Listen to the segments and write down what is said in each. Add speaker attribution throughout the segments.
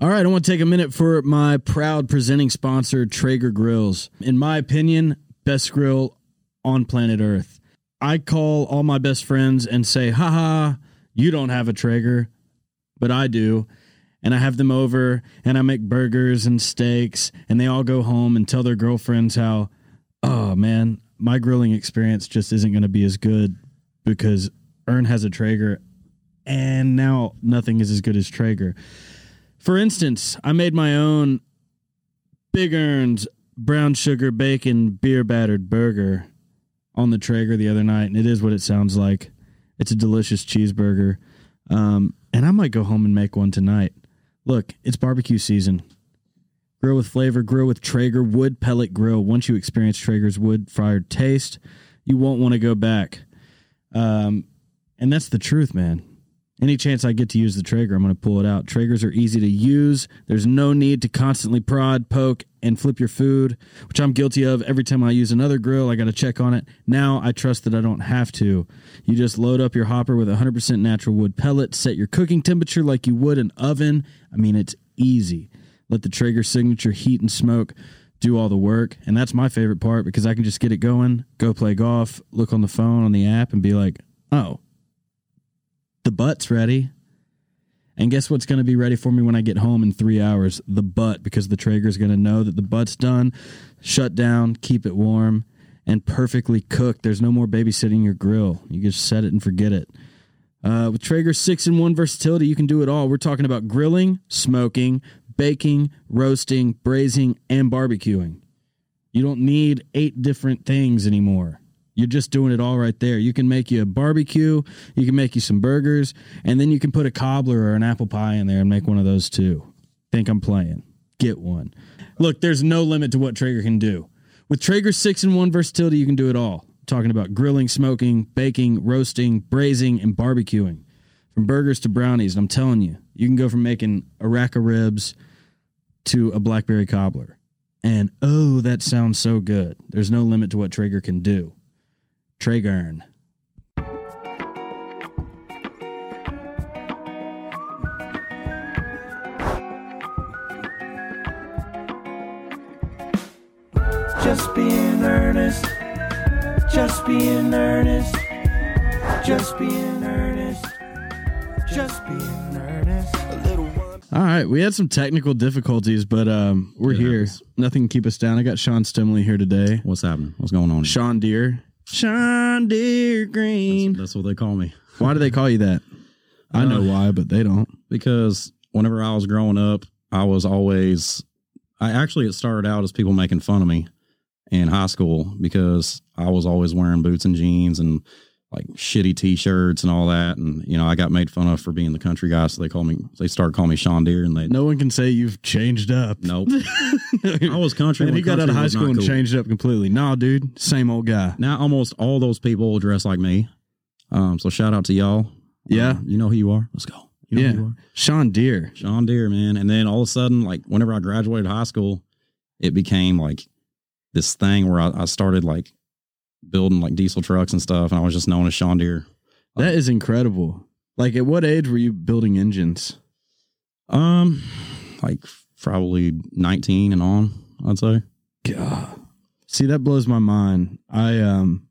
Speaker 1: All right, I want to take a minute for my proud presenting sponsor, Traeger Grills. In my opinion, best grill on planet Earth. I call all my best friends and say, haha, you don't have a Traeger, but I do. And I have them over and I make burgers and steaks, and they all go home and tell their girlfriends how, oh man, my grilling experience just isn't going to be as good because Ern has a Traeger, and now nothing is as good as Traeger. For instance, I made my own Big Earn's brown sugar bacon beer battered burger on the Traeger the other night, and it is what it sounds like. It's a delicious cheeseburger, um, and I might go home and make one tonight. Look, it's barbecue season. Grill with flavor, grill with Traeger wood pellet grill. Once you experience Traeger's wood fired taste, you won't want to go back. Um, and that's the truth, man. Any chance I get to use the Traeger, I'm going to pull it out. Traegers are easy to use. There's no need to constantly prod, poke, and flip your food, which I'm guilty of every time I use another grill. I got to check on it. Now I trust that I don't have to. You just load up your hopper with 100% natural wood pellets, set your cooking temperature like you would an oven. I mean, it's easy. Let the Traeger signature heat and smoke do all the work. And that's my favorite part because I can just get it going, go play golf, look on the phone, on the app, and be like, oh, the butt's ready. And guess what's going to be ready for me when I get home in three hours? The butt, because the Traeger's going to know that the butt's done, shut down, keep it warm, and perfectly cooked. There's no more babysitting your grill. You just set it and forget it. Uh, with Traeger 6 in 1 versatility, you can do it all. We're talking about grilling, smoking, baking, roasting, braising, and barbecuing. You don't need eight different things anymore. You're just doing it all right there. You can make you a barbecue, you can make you some burgers, and then you can put a cobbler or an apple pie in there and make one of those too. Think I'm playing. Get one. Look, there's no limit to what Traeger can do. With Traeger's 6 in 1 versatility, you can do it all. I'm talking about grilling, smoking, baking, roasting, braising, and barbecuing. From burgers to brownies, and I'm telling you, you can go from making a rack of ribs to a blackberry cobbler. And oh, that sounds so good. There's no limit to what Traeger can do. Traegern.
Speaker 2: Just being earnest. Just being earnest. Just being earnest. Just being earnest. A little one.
Speaker 1: All right, we had some technical difficulties, but um, we're here. Nothing can keep us down. I got Sean Stimley here today.
Speaker 3: What's happening? What's going on?
Speaker 1: Sean Deere. Sean Deere Green.
Speaker 3: That's Uh, what they call me.
Speaker 1: Why do they call you that? I know why, but they don't.
Speaker 3: Because whenever I was growing up, I was always, I actually, it started out as people making fun of me in high school because I was always wearing boots and jeans and like shitty t shirts and all that. And, you know, I got made fun of for being the country guy. So they called me, they started calling me Sean Deere and they,
Speaker 1: No one can say you've changed up.
Speaker 3: nope. I was country.
Speaker 1: And
Speaker 3: when
Speaker 1: he got out
Speaker 3: country
Speaker 1: of high
Speaker 3: was not
Speaker 1: school and
Speaker 3: cool.
Speaker 1: changed up completely. Nah, dude, same old guy.
Speaker 3: Now almost all those people dress like me. Um, so shout out to y'all.
Speaker 1: Yeah.
Speaker 3: Um, you know who you are. Let's go. You know
Speaker 1: yeah,
Speaker 3: who you are.
Speaker 1: Sean Deere.
Speaker 3: John Deere, man. And then all of a sudden, like whenever I graduated high school, it became like this thing where I, I started like building like diesel trucks and stuff, and I was just known as Sean Deere.
Speaker 1: That
Speaker 3: Uh,
Speaker 1: is incredible. Like, at what age were you building engines?
Speaker 3: Um, like probably nineteen and on, I'd say.
Speaker 1: God. See, that blows my mind. I um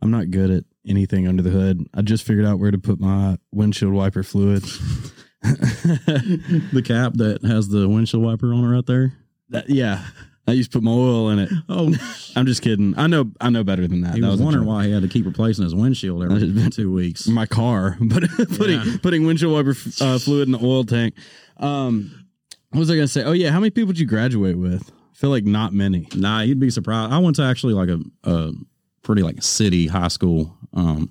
Speaker 1: I'm not good at anything under the hood. I just figured out where to put my windshield wiper fluid.
Speaker 3: The cap that has the windshield wiper on it right there.
Speaker 1: That- yeah. I used to put my oil in it.
Speaker 3: Oh,
Speaker 1: I'm just kidding. I know I know better than that.
Speaker 3: he
Speaker 1: That
Speaker 3: was,
Speaker 1: a
Speaker 3: wondering
Speaker 1: joke.
Speaker 3: why he had to keep replacing his windshield every two weeks.
Speaker 1: my car, but putting
Speaker 3: Yeah.
Speaker 1: putting windshield wiper f- uh, fluid in the oil tank. Um what was I going to say? Oh yeah, how many people did you graduate with? I feel like not many.
Speaker 3: Nah, you'd be surprised. I went to actually like a, a pretty like city high school. Um,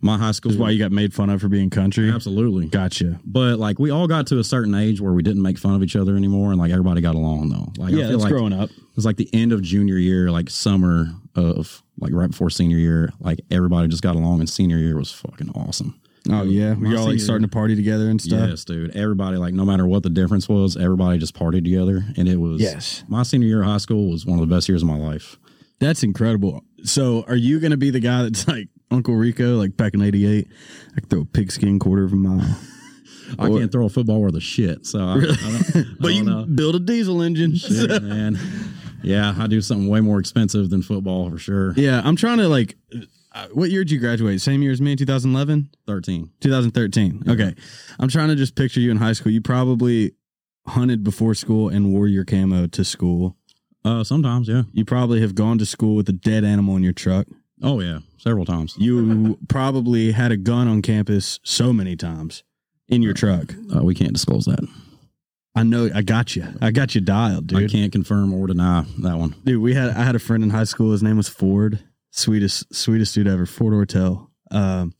Speaker 3: my high school
Speaker 1: That's why you got made fun of for being country.
Speaker 3: absolutely.
Speaker 1: Gotcha.
Speaker 3: But like we all got to a certain age where we didn't make fun of each other anymore, and like everybody got along though. Like
Speaker 1: Yeah,
Speaker 3: I feel
Speaker 1: that's
Speaker 3: like
Speaker 1: growing up.
Speaker 3: it was like the end of junior year, like summer of like right before senior year. Like everybody just got along, and senior year was fucking awesome.
Speaker 1: Oh yeah, we
Speaker 3: My
Speaker 1: were all like
Speaker 3: senior-
Speaker 1: starting to party together and stuff.
Speaker 3: Yes, dude. Everybody like no matter what the difference was, everybody just partied together, and it was
Speaker 1: Yes.
Speaker 3: My senior year of high school was one of the best years of my life.
Speaker 1: That's incredible. So, are you going to be the guy that's like Uncle Rico, like back in '88? I could throw a pigskin quarter of a mile.
Speaker 3: I
Speaker 1: Or-
Speaker 3: can't throw a football worth of shit. So, I, I don't, I
Speaker 1: but you
Speaker 3: don't know.
Speaker 1: can build a diesel engine.
Speaker 3: Shit, man. Yeah, I do something way more expensive than football for sure.
Speaker 1: yeah, I'm trying to like. uh, What year did you graduate? Same year as me, 2011,
Speaker 3: 13.
Speaker 1: 2013. Okay, I'm trying to just picture you in high school. You probably hunted before school and wore your camo to school.
Speaker 3: Uh, sometimes, yeah.
Speaker 1: You probably have gone to school with a dead animal in your truck.
Speaker 3: Oh, yeah. Several times.
Speaker 1: You probably had a gun on campus so many times in your truck.
Speaker 3: Uh, we can't disclose that.
Speaker 1: I know. I got you. I got you dialed,
Speaker 3: I
Speaker 1: dude.
Speaker 3: can't confirm or deny that one.
Speaker 1: Dude, we had I had a friend in high school. His name was Ford, sweetest sweetest dude ever. Ford Ortel. Um,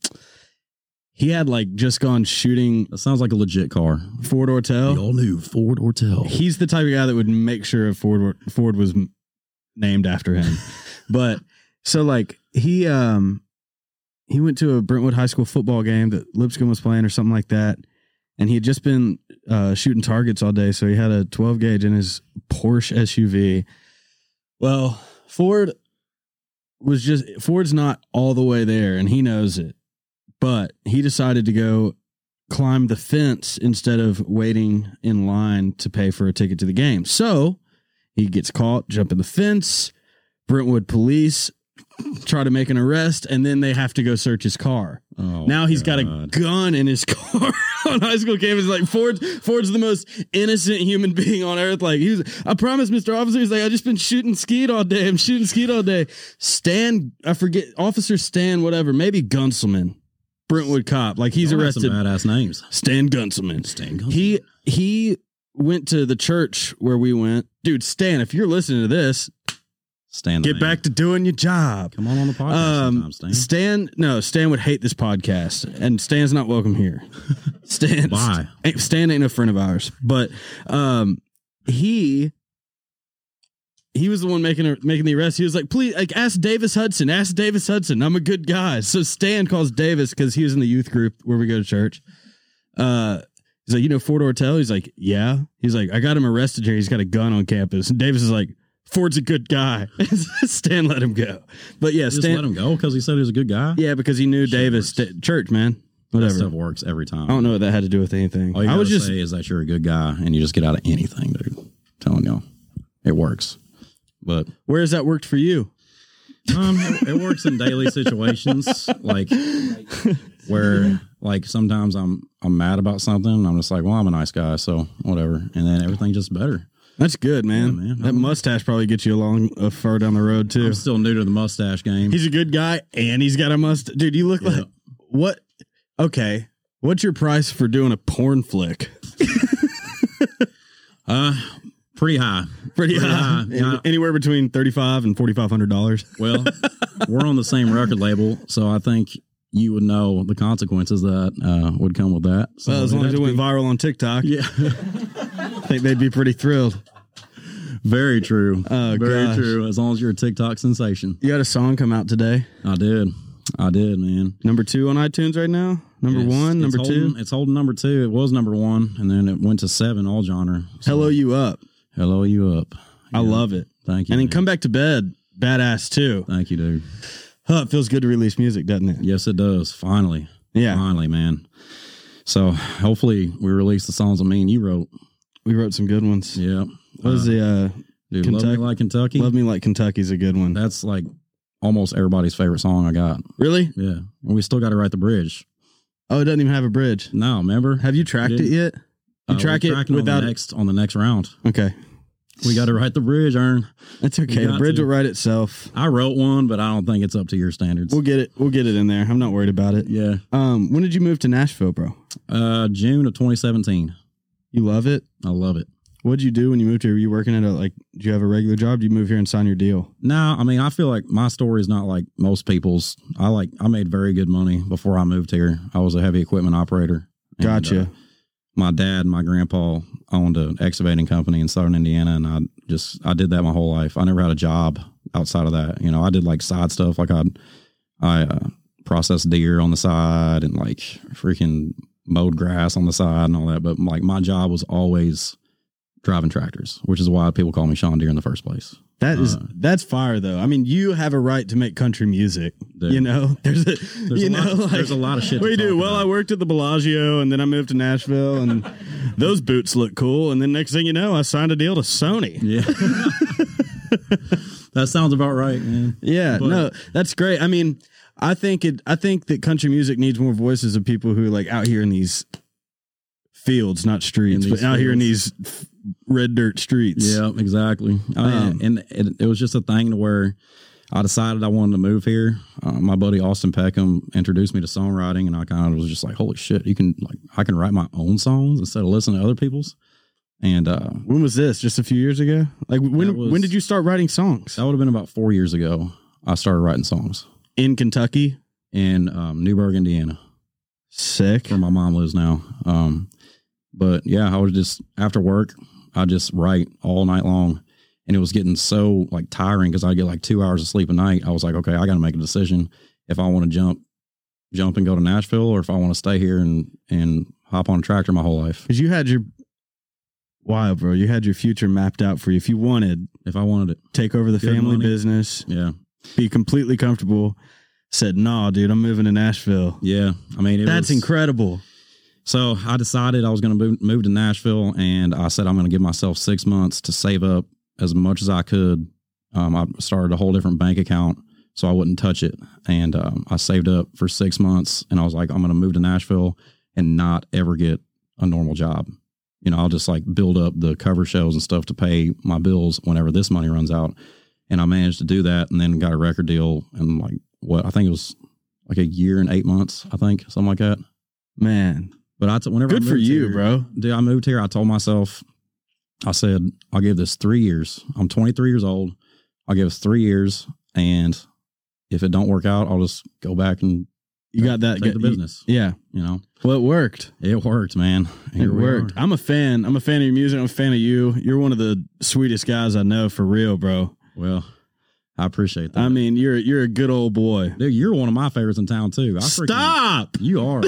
Speaker 1: he had like just gone shooting
Speaker 3: That sounds like a legit car.
Speaker 1: Ford
Speaker 3: The
Speaker 1: Ortel.
Speaker 3: all new Ford Ortel.
Speaker 1: He's the type of guy that would make sure if Ford Ford was m- named after him. but so like he um he went to a Brentwood High School football game that Lipscomb was playing or something like that, and he had just been uh, shooting targets all day, so he had a 12 gauge in his Porsche SUV. Well, Ford was just Ford's not all the way there, and he knows it, but he decided to go climb the fence instead of waiting in line to pay for a ticket to the game. So he gets caught jumping the fence. Brentwood police try to make an arrest, and then they have to go search his car.
Speaker 3: Oh,
Speaker 1: now he's got a
Speaker 3: God.
Speaker 1: gun in his car on high school campus. Like Ford, Ford's the most innocent human being on earth. Like he was, I promise, Mister Officer. He's like, I just been shooting skeet all day. I'm shooting skeet all day. Stan, I forget, Officer Stan, whatever, maybe Gunselman, Brentwood cop. Like he's
Speaker 3: Y'all have
Speaker 1: arrested.
Speaker 3: Some badass names.
Speaker 1: Stan Gunselman.
Speaker 3: Stan Gunselman.
Speaker 1: He he went to the church where we went, dude. Stan, if you're listening to this,
Speaker 3: Stan. the
Speaker 1: get
Speaker 3: man.
Speaker 1: back to doing your job.
Speaker 3: Come on on the podcast
Speaker 1: Um,
Speaker 3: sometime, Stan.
Speaker 1: Stan, no, Stan would hate this podcast, and Stan's not welcome here. Stan,
Speaker 3: Why?
Speaker 1: ain't- Stan ain't a friend of ours, but um, he he was the one making making the arrest. He was like, "Please, like, ask Davis Hudson. Ask Davis Hudson. I'm a good guy." So Stan calls Davis because he was in the youth group where we go to church. Uh, he's like, "You know Ford Ortel?" He's like, "Yeah." He's like, "I got him arrested here. He's got a gun on campus." And Davis is like, "Ford's a good guy." Stan let him go, but yeah,
Speaker 3: Just
Speaker 1: Stan.
Speaker 3: let him go because he said he was a good guy.
Speaker 1: yeah, because he knew Davis
Speaker 3: Shepherds.
Speaker 1: church man.
Speaker 3: That
Speaker 1: Whatever.
Speaker 3: stuff works every time.
Speaker 1: I don't know what that had to do with anything.
Speaker 3: All you
Speaker 1: I
Speaker 3: gotta
Speaker 1: was just
Speaker 3: say is that you're a good guy and you just get out of anything, dude. telling y'all, it works. But
Speaker 1: where has that worked for you?
Speaker 3: um, it, it works in daily situations, like where like sometimes I'm I'm mad about something. And I'm just like, well, I'm a nice guy, so whatever, and then everything just better.
Speaker 1: That's good, man.
Speaker 3: Yeah, man.
Speaker 1: That mustache probably gets you along uh, far down the road too.
Speaker 3: I'm still new to the mustache game.
Speaker 1: He's a good guy and he's got a mustache. Dude, you look
Speaker 3: Yeah.
Speaker 1: like what? Okay, what's your price for doing a porn flick?
Speaker 3: uh, pretty high.
Speaker 1: Pretty
Speaker 3: Pretty
Speaker 1: high.
Speaker 3: high, yeah.
Speaker 1: Anywhere between thirty-five and forty-five hundred dollars.
Speaker 3: Well, we're on the same record label, so I think you would know the consequences that uh, would come with that. So
Speaker 1: Well, as
Speaker 3: it'd
Speaker 1: long as
Speaker 3: have
Speaker 1: it
Speaker 3: to
Speaker 1: went
Speaker 3: be-
Speaker 1: viral on TikTok,
Speaker 3: yeah.
Speaker 1: I think they'd be pretty thrilled.
Speaker 3: Very true.
Speaker 1: Oh,
Speaker 3: Very
Speaker 1: gosh.
Speaker 3: true. As long as you're a TikTok sensation.
Speaker 1: You had a song come out today,
Speaker 3: I did. I did, man.
Speaker 1: number two on iTunes right now. Number
Speaker 3: It's-
Speaker 1: one,
Speaker 3: it's
Speaker 1: number
Speaker 3: holding-
Speaker 1: two.
Speaker 3: It's holding number two. It was number one, and then it went to seven all genre. So,
Speaker 1: Hello, you up?
Speaker 3: hello, you up?
Speaker 1: I
Speaker 3: Yeah.
Speaker 1: love it.
Speaker 3: Thank you.
Speaker 1: And then
Speaker 3: man.
Speaker 1: come back to bed, badass too.
Speaker 3: Thank you, dude.
Speaker 1: Huh, it feels good to release music, doesn't it?
Speaker 3: Yes, it does. Finally,
Speaker 1: Yeah,
Speaker 3: finally, man. So hopefully we release the songs that me and you wrote.
Speaker 1: we wrote some good ones.
Speaker 3: Yeah.
Speaker 1: What was
Speaker 3: Uh,
Speaker 1: the uh,
Speaker 3: Dude, love me
Speaker 1: Kentucky-
Speaker 3: like Kentucky.
Speaker 1: "Love Me Like Kentucky's a good one?
Speaker 3: That's like almost everybody's favorite song I got.
Speaker 1: Really?
Speaker 3: Yeah. And we still got to write the bridge.
Speaker 1: Oh, it doesn't even have a bridge.
Speaker 3: No, remember?
Speaker 1: Have you tracked it
Speaker 3: Didn't-
Speaker 1: yet? You
Speaker 3: Uh,
Speaker 1: track
Speaker 3: we're
Speaker 1: it
Speaker 3: tracking on
Speaker 1: without
Speaker 3: the next on the next round.
Speaker 1: Okay,
Speaker 3: We got to write the bridge, Ern.
Speaker 1: that's okay. The
Speaker 3: got
Speaker 1: bridge
Speaker 3: to.
Speaker 1: will write itself.
Speaker 3: I wrote one, but I don't think it's up to your standards.
Speaker 1: We'll get it. We'll get it in there. I'm not worried about it.
Speaker 3: yeah,
Speaker 1: Um, when did you move to Nashville, bro?
Speaker 3: uh, June of 2017.
Speaker 1: You love it.
Speaker 3: I love it.
Speaker 1: What did you do when you moved here? Were you working at a like? Do you have a regular job? Do you move here and sign your deal?
Speaker 3: Now, I mean, I feel like my story is not like most people's. I like I made very good money before I moved here. I was a heavy equipment operator. And,
Speaker 1: Gotcha.
Speaker 3: uh, my dad and my grandpa owned an excavating company in Southern Indiana, and I just I did that my whole life. I never had a job outside of that. You know, I did like side stuff, like I I uh, processed deer on the side and like freaking mowed grass on the side and all that. But like my job was always driving tractors, which is why people call me Sean Deere in the first place.
Speaker 1: That is
Speaker 3: Uh.
Speaker 1: that's fire though. I mean, you have a right to make country music.
Speaker 3: Dude.
Speaker 1: You know, there's a
Speaker 3: There's
Speaker 1: you
Speaker 3: a
Speaker 1: know
Speaker 3: lot,
Speaker 1: like,
Speaker 3: there's a lot of shit. to
Speaker 1: We do.
Speaker 3: talk
Speaker 1: Well, I
Speaker 3: about.
Speaker 1: worked at the Bellagio and then I moved to Nashville and those boots look cool. And then next thing you know, I signed a deal to Sony.
Speaker 3: yeah. that sounds about right, man.
Speaker 1: Yeah,
Speaker 3: But-
Speaker 1: no, that's great. I mean, I think it I think that country music needs more voices of people who are like out here in these fields, not streets,
Speaker 3: In
Speaker 1: but
Speaker 3: these
Speaker 1: out here in these f- red dirt streets.
Speaker 3: Yeah, exactly. I
Speaker 1: Um,
Speaker 3: mean, and it, it was just a thing to where I decided I wanted to move here. Uh, my buddy Austin Peckham introduced me to songwriting, and I kind of was just like, "Holy shit! You can like I can write my own songs instead of listening to other people's." And uh,
Speaker 1: When was this? Just a few years ago? Like when
Speaker 3: That was-
Speaker 1: when did you start writing songs?
Speaker 3: that would have been about four years ago. I started writing songs
Speaker 1: In Kentucky?
Speaker 3: in um, Newburgh, Indiana.
Speaker 1: Sick.
Speaker 3: where my mom lives now. Um, but yeah, I was just after work, I just write all night long, and it was getting so like tiring because I get like two hours of sleep a night. I was like, okay, I got to make a decision if I want to jump, jump and go to Nashville, or if I want to stay here and and hop on a tractor my whole life.
Speaker 1: Because you had your wow, bro. You had your future mapped out for you. If you wanted,
Speaker 3: If I wanted it,
Speaker 1: take over the
Speaker 3: Good
Speaker 1: family
Speaker 3: money.
Speaker 1: business,
Speaker 3: yeah,
Speaker 1: be completely comfortable. Said, nah, dude, I'm moving to Nashville.
Speaker 3: yeah. I mean, it
Speaker 1: That's
Speaker 3: was-
Speaker 1: incredible.
Speaker 3: So I decided I was going to move to Nashville, and I said I'm going to give myself six months to save up as much as I could. Um, I started a whole different bank account, so I wouldn't touch it, and um, I saved up for six months, and I was like, I'm going to move to Nashville and not ever get a normal job. You know, I'll just like build up the cover shows and stuff to pay my bills whenever this money runs out, and I managed to do that, and then got a record deal, and like what I think it was like a year and eight months, I think something like that.
Speaker 1: Man.
Speaker 3: But I t- whenever I
Speaker 1: Good for
Speaker 3: moved
Speaker 1: you,
Speaker 3: here-
Speaker 1: bro.
Speaker 3: dude, I moved here. I told myself, I said, I'll give this three years. I'm 23 years old. I'll give us three years, and if it don't work out, I'll just go back and
Speaker 1: You got that
Speaker 3: take
Speaker 1: good
Speaker 3: the business.
Speaker 1: Yeah.
Speaker 3: You know,
Speaker 1: Well, it worked.
Speaker 3: it worked, man. Here
Speaker 1: it
Speaker 3: we
Speaker 1: worked.
Speaker 3: are.
Speaker 1: I'm a fan. I'm a fan of your music. I'm a fan of you. You're one of the sweetest guys I know for real, bro.
Speaker 3: Well, I appreciate that.
Speaker 1: I mean, you're you're a good old boy.
Speaker 3: dude, you're one of my favorites in town too. I freaking-
Speaker 1: Stop.
Speaker 3: You are.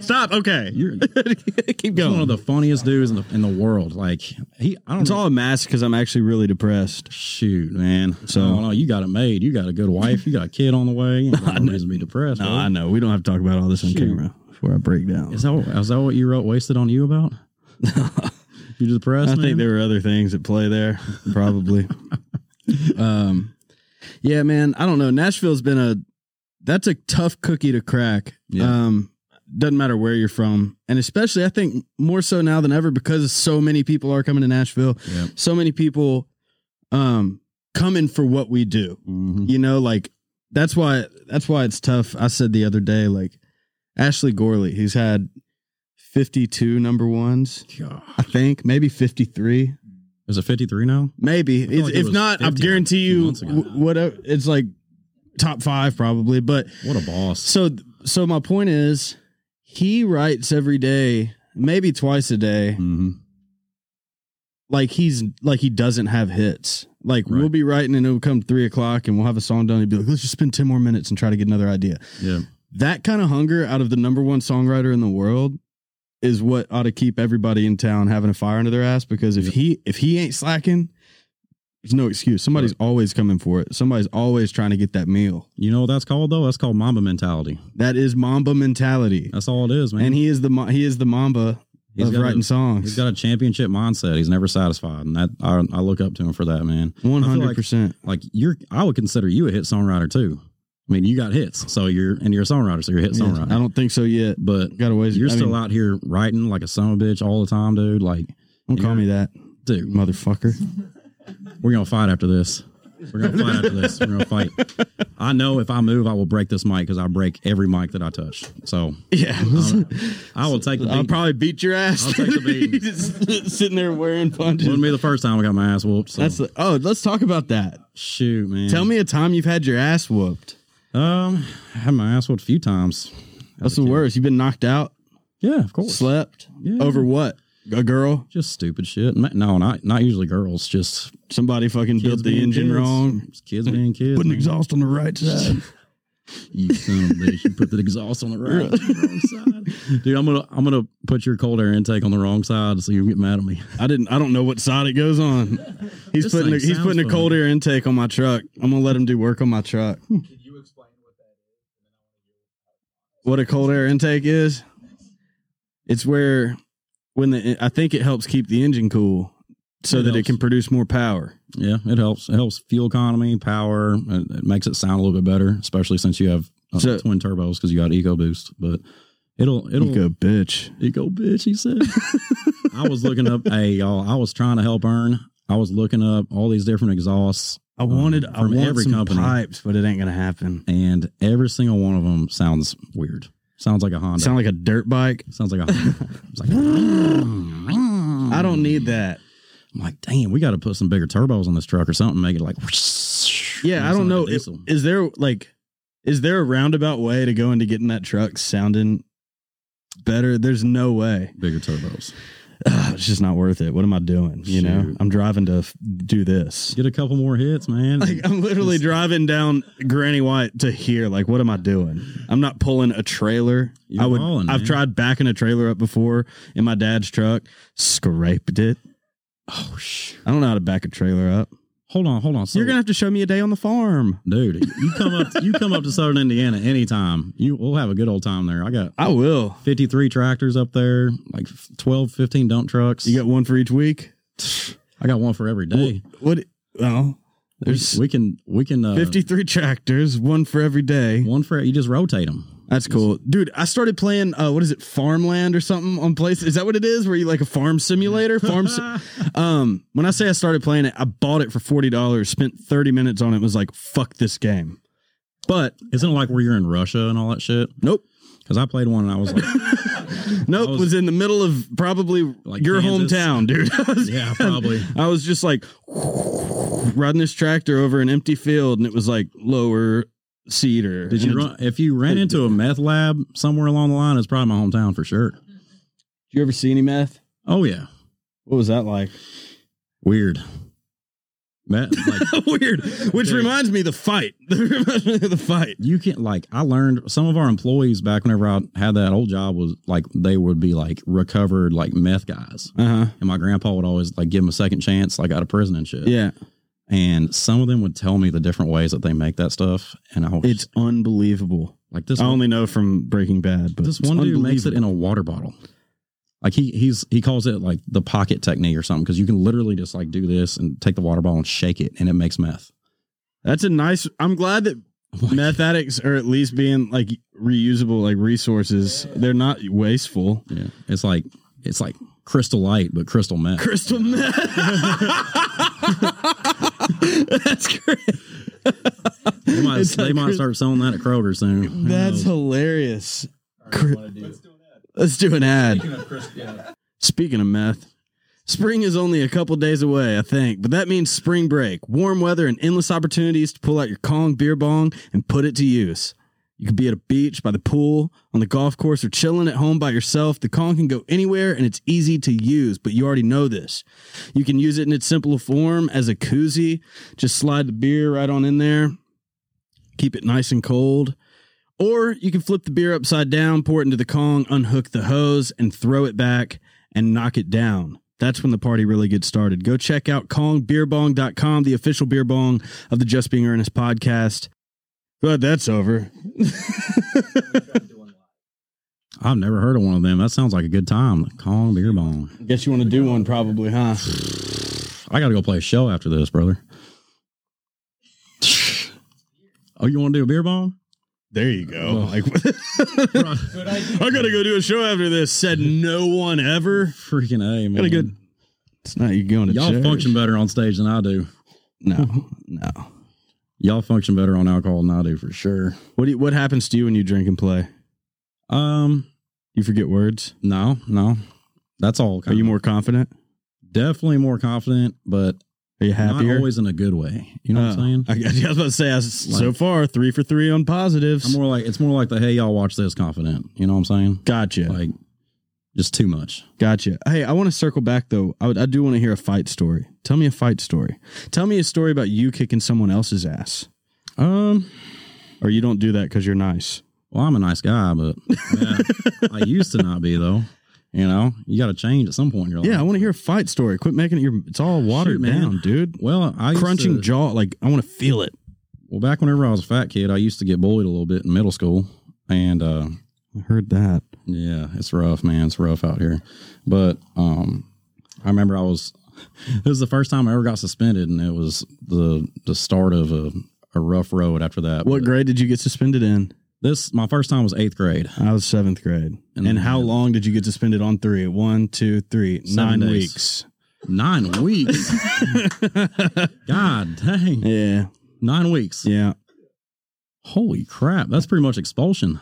Speaker 1: Stop. Okay.
Speaker 3: You're
Speaker 1: Keep
Speaker 3: you're one
Speaker 1: going.
Speaker 3: of the funniest dudes in the in the world. Like he, I don't
Speaker 1: It's
Speaker 3: know.
Speaker 1: all a mask because I'm actually really depressed.
Speaker 3: Shoot, man.
Speaker 1: So-
Speaker 3: So I don't know. You got it made. You got a good wife. You got a kid on the way. You ain't got no reason to be depressed.
Speaker 1: No,
Speaker 3: bro.
Speaker 1: I know. We don't have to talk about all this on
Speaker 3: Shoot.
Speaker 1: camera before I break down.
Speaker 3: Is that is that what you wrote "Wasted on You" about? you depressed?
Speaker 1: I think
Speaker 3: man?
Speaker 1: there were other things at play there, probably. um, yeah, man. I don't know. Nashville's been a that's a tough cookie to crack.
Speaker 3: Yeah.
Speaker 1: Um, doesn't matter where you're from, and especially I think more so now than ever because so many people are coming to Nashville.
Speaker 3: Yeah.
Speaker 1: So many people, um, coming for what we do.
Speaker 3: Mhm.
Speaker 1: you know like that's why that's why it's tough i said the other day like ashley gorley he's had 52 number ones i
Speaker 3: God.
Speaker 1: think maybe 53
Speaker 3: Is it 53 now?
Speaker 1: maybe
Speaker 3: feel
Speaker 1: if,
Speaker 3: like it
Speaker 1: if
Speaker 3: was
Speaker 1: not i
Speaker 3: 50
Speaker 1: guarantee
Speaker 3: a few
Speaker 1: you
Speaker 3: months ago.
Speaker 1: wh- whatever it's like top five probably but
Speaker 3: What a boss!
Speaker 1: so so my point is he writes every day maybe twice a day
Speaker 3: hmm
Speaker 1: like he's like he doesn't have hits. Like
Speaker 3: Right.
Speaker 1: we'll be writing and it'll come three o'clock and we'll have a song done. And he'd be like, let's just spend ten more minutes and try to get another idea.
Speaker 3: Yeah,
Speaker 1: That kind of hunger out of the number one songwriter in the world is what ought to keep everybody in town having a fire under their ass. Because if
Speaker 3: Yeah.
Speaker 1: he if he ain't slacking, there's no excuse. Somebody's always coming for it. Somebody's always trying to get that meal.
Speaker 3: you know what that's called though? That's called Mamba mentality.
Speaker 1: That is Mamba mentality,
Speaker 3: That's all it is, Oh, man.
Speaker 1: and he is the Ma- he is the Mamba
Speaker 3: He's
Speaker 1: of
Speaker 3: got a-
Speaker 1: writing
Speaker 3: He's
Speaker 1: songs.
Speaker 3: got a championship mindset. He's never satisfied, and that I, I look up to him for that, man.
Speaker 1: One hundred percent.
Speaker 3: Like you're, I would consider you a hit songwriter too. I mean, you got hits, so you're and you're a songwriter, so you're a hit
Speaker 1: I
Speaker 3: songwriter.
Speaker 1: don't think so yet.
Speaker 3: but
Speaker 1: Got a ways.
Speaker 3: you're
Speaker 1: I
Speaker 3: still
Speaker 1: mean,
Speaker 3: out here writing like a son of a bitch all the time, dude. Like,
Speaker 1: Don't call me that,
Speaker 3: dude,
Speaker 1: motherfucker.
Speaker 3: We're gonna fight after this. We're gonna fight after this. We're gonna fight. I know if I move, I will break this mic because I break every mic that I touch. So
Speaker 1: Yeah.
Speaker 3: I will take the
Speaker 1: I'll
Speaker 3: beat.
Speaker 1: probably beat your ass.
Speaker 3: I'll take the beating.
Speaker 1: Just sitting there wearing
Speaker 3: Wouldn't
Speaker 1: punches.
Speaker 3: be the first time I got my ass whooped. So.
Speaker 1: That's the, oh, let's talk about that.
Speaker 3: shoot, man.
Speaker 1: Tell me a time you've had your ass whooped.
Speaker 3: Um, I had my ass whooped a few times.
Speaker 1: That's the worst. You've been knocked out,
Speaker 3: Yeah, of course.
Speaker 1: slept
Speaker 3: Yeah.
Speaker 1: over what? A girl?
Speaker 3: Just stupid shit. Ma- No, not not usually girls. Just
Speaker 1: Somebody fucking
Speaker 3: kids
Speaker 1: built the
Speaker 3: being
Speaker 1: engine
Speaker 3: kids.
Speaker 1: wrong.
Speaker 3: Kids being kids.
Speaker 1: Put an
Speaker 3: man.
Speaker 1: exhaust on the right side.
Speaker 3: You son of a bitch! You put the exhaust on the right, wrong side, dude. I'm gonna I'm gonna put your cold air intake on the wrong side, so you get mad at me.
Speaker 1: I didn't. I don't know what side it goes on. He's
Speaker 3: This
Speaker 1: putting.
Speaker 3: thing
Speaker 1: A, he's
Speaker 3: sounds
Speaker 1: putting a
Speaker 3: fun.
Speaker 1: cold air intake on my truck. I'm gonna let him do work on my truck.
Speaker 3: Hmm.
Speaker 4: Can you explain what that is?
Speaker 1: What a cold air intake is? It's where when the I think it helps keep the engine cool so
Speaker 3: It
Speaker 1: that it
Speaker 3: helps.
Speaker 1: can produce more power.
Speaker 3: Yeah, it helps. It helps fuel economy, power. It, it makes it sound a little bit better, especially since you have uh,
Speaker 1: So-
Speaker 3: twin turbos because you got EcoBoost. But it'll it'll
Speaker 1: Eco bitch.
Speaker 3: Eco bitch, he said. I was looking up, hey y'all, I was trying to help Earn. I was looking up all these different exhausts,
Speaker 1: I wanted I
Speaker 3: from
Speaker 1: want
Speaker 3: every
Speaker 1: some
Speaker 3: company.
Speaker 1: pipes, but it ain't gonna happen.
Speaker 3: and every single one of them sounds weird. Sounds like a Honda.
Speaker 1: Sound like a dirt bike.
Speaker 3: sounds like a Honda. It's like, I
Speaker 1: I don't need that.
Speaker 3: I'm like, damn, we got to put some bigger turbos on this truck or something. Make it like,
Speaker 1: Yeah, I
Speaker 3: sound like
Speaker 1: don't
Speaker 3: a
Speaker 1: know. Is
Speaker 3: diesel.
Speaker 1: is there like is there a roundabout way to go into getting that truck sounding better? There's no way.
Speaker 3: bigger turbos.
Speaker 1: it's just not worth it. What am I doing? You know,
Speaker 3: Shoot.
Speaker 1: I'm driving to f- do this.
Speaker 3: Get a couple more hits, man.
Speaker 1: Like I'm literally
Speaker 3: Just-
Speaker 1: driving down Granny White to here. Like, what am I doing? I'm not pulling a trailer.
Speaker 3: You're
Speaker 1: I would.
Speaker 3: balling,
Speaker 1: I've
Speaker 3: man.
Speaker 1: tried backing a trailer up before in my dad's truck. Scraped it.
Speaker 3: oh, sh-
Speaker 1: I don't know how to back a trailer up.
Speaker 3: hold on, hold on. So
Speaker 1: You're gonna have to show me a day on the farm.
Speaker 3: dude, you come up, you come up to Southern Indiana anytime. You, we'll have a good old time there. I got
Speaker 1: I will.
Speaker 3: 53 tractors up there, like 12, 15 dump trucks.
Speaker 1: You got one for each week.
Speaker 3: I got one for every day.
Speaker 1: What? Oh, there's
Speaker 3: we can, we can, uh,
Speaker 1: 53 tractors, one for every day.
Speaker 3: one for, you just rotate them.
Speaker 1: That's cool, dude. I started playing. Uh, what is it, Farmland or something on place? Is that what it is? Where you like a farm simulator? Farm. si- um, when I say I started playing it, I bought it for forty dollars. Spent thirty minutes on it. Was like, fuck this game. But
Speaker 3: Isn't it like where you're in Russia and all that shit?
Speaker 1: nope,
Speaker 3: Cause I played one and I was like,
Speaker 1: nope.
Speaker 3: I
Speaker 1: Was,
Speaker 3: was-
Speaker 1: in the middle of probably
Speaker 3: Like
Speaker 1: your
Speaker 3: Kansas.
Speaker 1: hometown, dude. I was-
Speaker 3: yeah, probably.
Speaker 1: I was just like riding this tractor over an empty field, and it was like lower cedar.
Speaker 3: Did
Speaker 1: And
Speaker 3: you
Speaker 1: it's-
Speaker 3: run, if you ran into a meth lab somewhere along the line, it's probably my hometown for sure.
Speaker 1: You ever see any meth?
Speaker 3: Oh yeah.
Speaker 1: What was that like?
Speaker 3: Weird. That, like,
Speaker 1: Weird. Which
Speaker 3: Dude.
Speaker 1: reminds me, the fight. the fight.
Speaker 3: you can't like i learned some of our employees back whenever i had that old job was like they would be like recovered like meth guys
Speaker 1: Uh huh.
Speaker 3: and my grandpa would always like give them a second chance like out of prison and shit
Speaker 1: Yeah,
Speaker 3: and some of them would tell me the different ways that they make that stuff and i was
Speaker 1: it's unbelievable.
Speaker 3: like this
Speaker 1: I
Speaker 3: one,
Speaker 1: only know from Breaking Bad, but
Speaker 3: this
Speaker 1: it's
Speaker 3: one dude makes it
Speaker 1: unbelievable.
Speaker 3: in a water bottle like he he's he calls it like the pocket technique or something because you can literally just like do this and take the water bottle and shake it and it makes meth
Speaker 1: That's a nice. I'm glad that meth addicts are at least being like reusable, like resources. They're not wasteful.
Speaker 3: yeah it's like it's like crystal light but crystal meth
Speaker 1: Crystal meth. That's great.
Speaker 3: They might,
Speaker 1: It's
Speaker 3: they
Speaker 1: like-
Speaker 3: might start selling that at Kroger soon. Who
Speaker 1: That's
Speaker 3: knows?
Speaker 1: hilarious.
Speaker 4: Or
Speaker 1: Cri-
Speaker 4: you wanna do- Let's do that.
Speaker 1: Let's do an ad.
Speaker 4: Speaking of Chris, yeah.
Speaker 1: Speaking of meth, spring is only a couple days away, I think, but that means spring break, warm weather, and endless opportunities to pull out your Kong beer bong and put it to use. You could be at a beach, by the pool, on the golf course, or chilling at home by yourself. The Kong can go anywhere and it's easy to use, but you already know this. You can use it in its simple form as a koozie. Just slide the beer right on in there, keep it nice and cold. Or you can flip the beer upside down, pour it into the Kong, unhook the hose, and throw it back and knock it down. That's when the party really gets started. Go check out kongbeerbong.com, the official beer bong of the Just Being Earnest podcast. Glad that's over.
Speaker 3: I've never heard of one of them. That sounds like a good time. Kong beer bong.
Speaker 1: Guess you want to do one probably, huh?
Speaker 3: I got to go play a show after this, brother. Oh, you want to do a beer bong?
Speaker 1: There you go. Like,
Speaker 3: Freaking
Speaker 4: Good idea.
Speaker 1: I got to go do a show after this, said no one ever.
Speaker 3: A, man.
Speaker 1: Got a good. It's not you going to
Speaker 3: Y'all
Speaker 1: church.
Speaker 3: function better on stage than I do.
Speaker 1: No, no.
Speaker 3: Y'all function better on alcohol than I do for sure.
Speaker 1: What, do you, what happens to you when you drink and play?
Speaker 3: Um,
Speaker 1: You forget words?
Speaker 3: no, no. That's all.
Speaker 1: Are you more confident?
Speaker 3: Definitely more confident, but
Speaker 1: Are you happier?
Speaker 3: not always in a good way. You know what
Speaker 1: Oh.
Speaker 3: I'm saying?
Speaker 1: I, guess- I was about to say, I s so
Speaker 3: Like-
Speaker 1: far, three for three on
Speaker 3: I'm
Speaker 1: positives.
Speaker 3: more like it's more like the hey y'all watch this confident. You know what I'm saying?
Speaker 1: gotcha.
Speaker 3: Like just too much.
Speaker 1: gotcha. Hey, I want to circle back, though. I, would, I do want to hear a fight story. Tell me a fight story. Tell me a story about you kicking someone else's ass.
Speaker 3: Um
Speaker 1: or you don't do that because you're nice.
Speaker 3: Well, I'm a nice guy, but yeah, I used to not be though. You know, you got to change at some point in your life.
Speaker 1: Yeah, I want to hear a fight story. Quit making it your. It's all watered
Speaker 3: Shoot, man.
Speaker 1: down, dude.
Speaker 3: Well, I used
Speaker 1: Crunching
Speaker 3: to-
Speaker 1: jaw, like I want to feel it.
Speaker 3: Well, back whenever I was a fat kid, I used to get bullied a little bit in middle school, and uh,
Speaker 1: I heard that.
Speaker 3: yeah, it's rough, man. It's rough out here. But um, I remember I was. This is the first time I ever got suspended, and it was the the start of a, a rough road after that.
Speaker 1: What
Speaker 3: But
Speaker 1: grade did you get suspended in?
Speaker 3: This my first time was eighth grade.
Speaker 1: I was seventh grade. And,
Speaker 3: And-
Speaker 1: how long did you get suspended on three? One, two, three. Nine
Speaker 3: Seven days.
Speaker 1: weeks.
Speaker 3: Nine weeks. God dang.
Speaker 1: Yeah,
Speaker 3: Nine weeks.
Speaker 1: yeah.
Speaker 3: Holy crap. That's pretty much expulsion.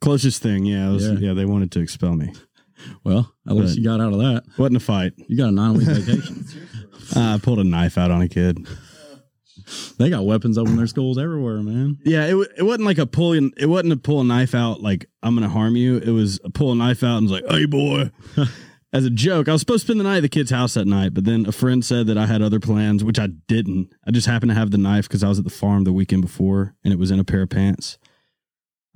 Speaker 1: Closest thing. Yeah, it was-
Speaker 3: Yeah.
Speaker 1: yeah. They wanted to expel me.
Speaker 3: Well, at least
Speaker 1: But-
Speaker 3: you got out of that.
Speaker 1: Wasn't a fight.
Speaker 3: You got a nine week vacation.
Speaker 1: Uh, I pulled a knife out on a kid.
Speaker 3: they got weapons up in their schools everywhere, man.
Speaker 1: Yeah, it, wa- it wasn't like a pulling. It wasn't a pull a knife out like I'm gonna harm you. It was a pull a knife out and was like, "Hey, boy," as a joke. I was supposed to spend the night at the kid's house that night, but then a friend said that I had other plans, which I didn't. I just happened to have the knife because I was at the farm the weekend before, and it was in a pair of pants.